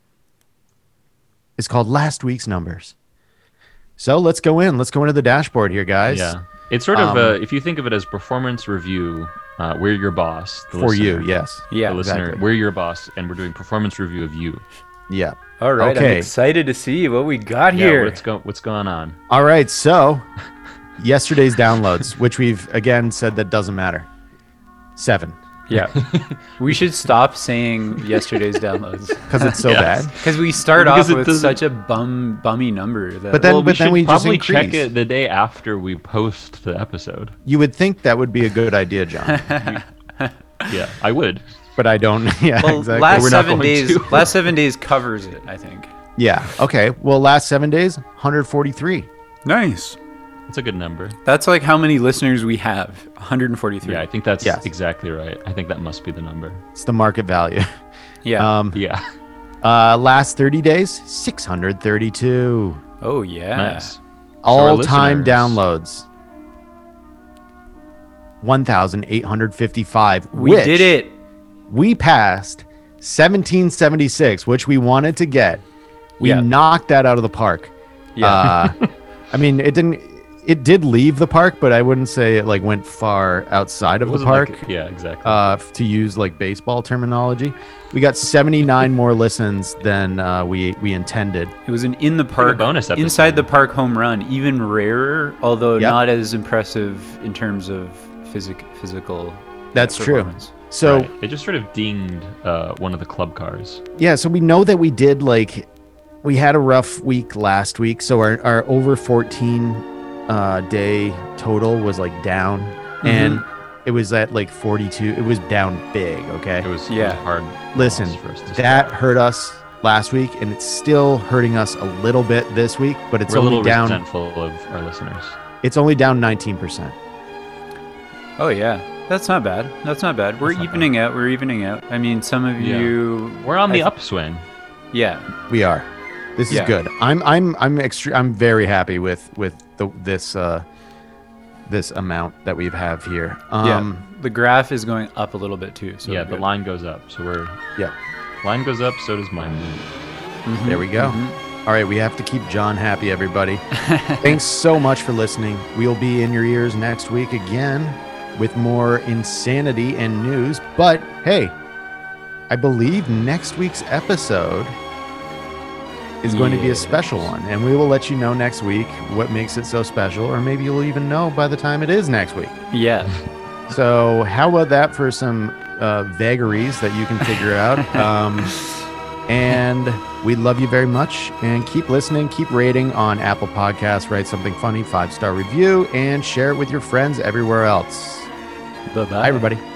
Speaker 3: is called Last Week's Numbers. So let's go in. Let's go into the dashboard here, guys.
Speaker 4: Yeah. It's sort of
Speaker 3: Um,
Speaker 4: a, if you think of it as performance review, uh, we're your boss. the
Speaker 3: For you,
Speaker 4: listener.
Speaker 3: yes.
Speaker 5: Yeah,
Speaker 4: the listener,
Speaker 3: exactly.
Speaker 4: we're your boss, and we're doing performance review of you.
Speaker 3: Yeah.
Speaker 5: All right, I'm
Speaker 3: Okay.
Speaker 5: excited to see what we got
Speaker 4: Yeah,
Speaker 5: here.
Speaker 4: what's, go- what's going on?
Speaker 3: All right. So yesterday's downloads, which we've again said that doesn't matter. Seven.
Speaker 5: yeah, we should stop saying yesterday's downloads
Speaker 3: Because it's so
Speaker 4: Yes.
Speaker 3: bad.
Speaker 5: because we start
Speaker 4: Because it
Speaker 5: off with
Speaker 4: doesn't-
Speaker 5: such a bum bummy number. That,
Speaker 3: But then-
Speaker 4: well, we
Speaker 3: then
Speaker 4: should
Speaker 3: we just
Speaker 4: probably check
Speaker 3: increase.
Speaker 4: it the day after we post the episode.
Speaker 3: You would think that would be a good idea, John.
Speaker 4: Yeah, I would.
Speaker 3: but I don't. Yeah,
Speaker 5: well,
Speaker 3: exactly.
Speaker 5: last
Speaker 4: We're not
Speaker 5: seven
Speaker 4: going
Speaker 5: days,
Speaker 4: to.
Speaker 5: last seven days covers it, I think.
Speaker 3: yeah. Okay. Well, last seven days, 143.
Speaker 5: Nice.
Speaker 4: That's a good number.
Speaker 5: That's like how many listeners we have. 143.
Speaker 4: Yeah, I think that's
Speaker 3: Yes.
Speaker 4: exactly right. I think that must be the number.
Speaker 3: It's the market value.
Speaker 5: Yeah.
Speaker 3: Um,
Speaker 4: Yeah.
Speaker 3: uh, last 30 days, 632.
Speaker 5: oh yeah.
Speaker 4: Nice.
Speaker 3: All time
Speaker 4: listeners-
Speaker 3: downloads, 1,855.
Speaker 5: We
Speaker 3: which
Speaker 5: did it.
Speaker 3: We passed 1776, which we wanted to get. We
Speaker 5: Yeah.
Speaker 3: knocked that out of the park.
Speaker 5: Yeah.
Speaker 3: Uh, I mean, it didn't. It did leave the park, but I wouldn't say it like went far outside of the
Speaker 4: Wasn't like-
Speaker 3: park.
Speaker 4: yeah, exactly.
Speaker 3: uh, f- to use like baseball terminology. We got 79 more listens than uh, we we intended.
Speaker 5: It was an in the park
Speaker 4: bonus episode.
Speaker 5: inside the park home run, even rarer, although
Speaker 3: Yeah.
Speaker 5: not as impressive in terms of physic physical.
Speaker 3: That's true.
Speaker 5: performance.
Speaker 3: So
Speaker 4: Right. it just sort of dinged uh, one of the club cars.
Speaker 3: yeah, so we know that we did like we had a rough week last week. So our our over 14 uh, day total was like down,
Speaker 4: Mm-hmm.
Speaker 3: and it was at like 42. It was down big. Okay,
Speaker 4: It was, it
Speaker 5: Yeah.
Speaker 4: was hard.
Speaker 3: Listen,
Speaker 4: loss for us to
Speaker 3: that
Speaker 4: survive.
Speaker 3: hurt us last week, and it's still hurting us a little bit this week. But it's
Speaker 4: We're a
Speaker 3: only
Speaker 4: little
Speaker 3: down.
Speaker 4: resentful of our listeners.
Speaker 3: It's only down 19 percent.
Speaker 5: Oh yeah, that's not bad. That's not bad. We're
Speaker 4: That's not bad.
Speaker 5: evening out. We're evening out. I mean, some of
Speaker 4: Yeah.
Speaker 5: you.
Speaker 4: We're on the
Speaker 5: I-
Speaker 4: upswing.
Speaker 5: Yeah,
Speaker 3: We are. This
Speaker 5: Yeah.
Speaker 3: is good. I'm I'm I'm extre- I'm very happy with with the this uh this amount that we have here. Um
Speaker 5: yeah. The graph is going up a little bit too. So
Speaker 4: yeah,
Speaker 5: we're
Speaker 4: the
Speaker 5: good.
Speaker 4: line goes up. So we're
Speaker 3: yeah.
Speaker 4: line goes up. So does mine.
Speaker 3: There we go. All right, we have to keep John happy everybody. Thanks so much for listening. We'll be in your ears next week again with more insanity and news, but hey, I believe next week's episode is going to be a special
Speaker 5: Yes.
Speaker 3: one, and we will let you know next week what makes it so special, or maybe you'll even know by the time it is next week.
Speaker 5: Yeah.
Speaker 3: So, how about that for some uh, vagaries that you can figure out? Um, and we love you very much. And keep listening, keep rating on Apple Podcasts, write something funny, five star review, and share it with your friends everywhere else.
Speaker 5: Bye bye.
Speaker 3: Bye, everybody.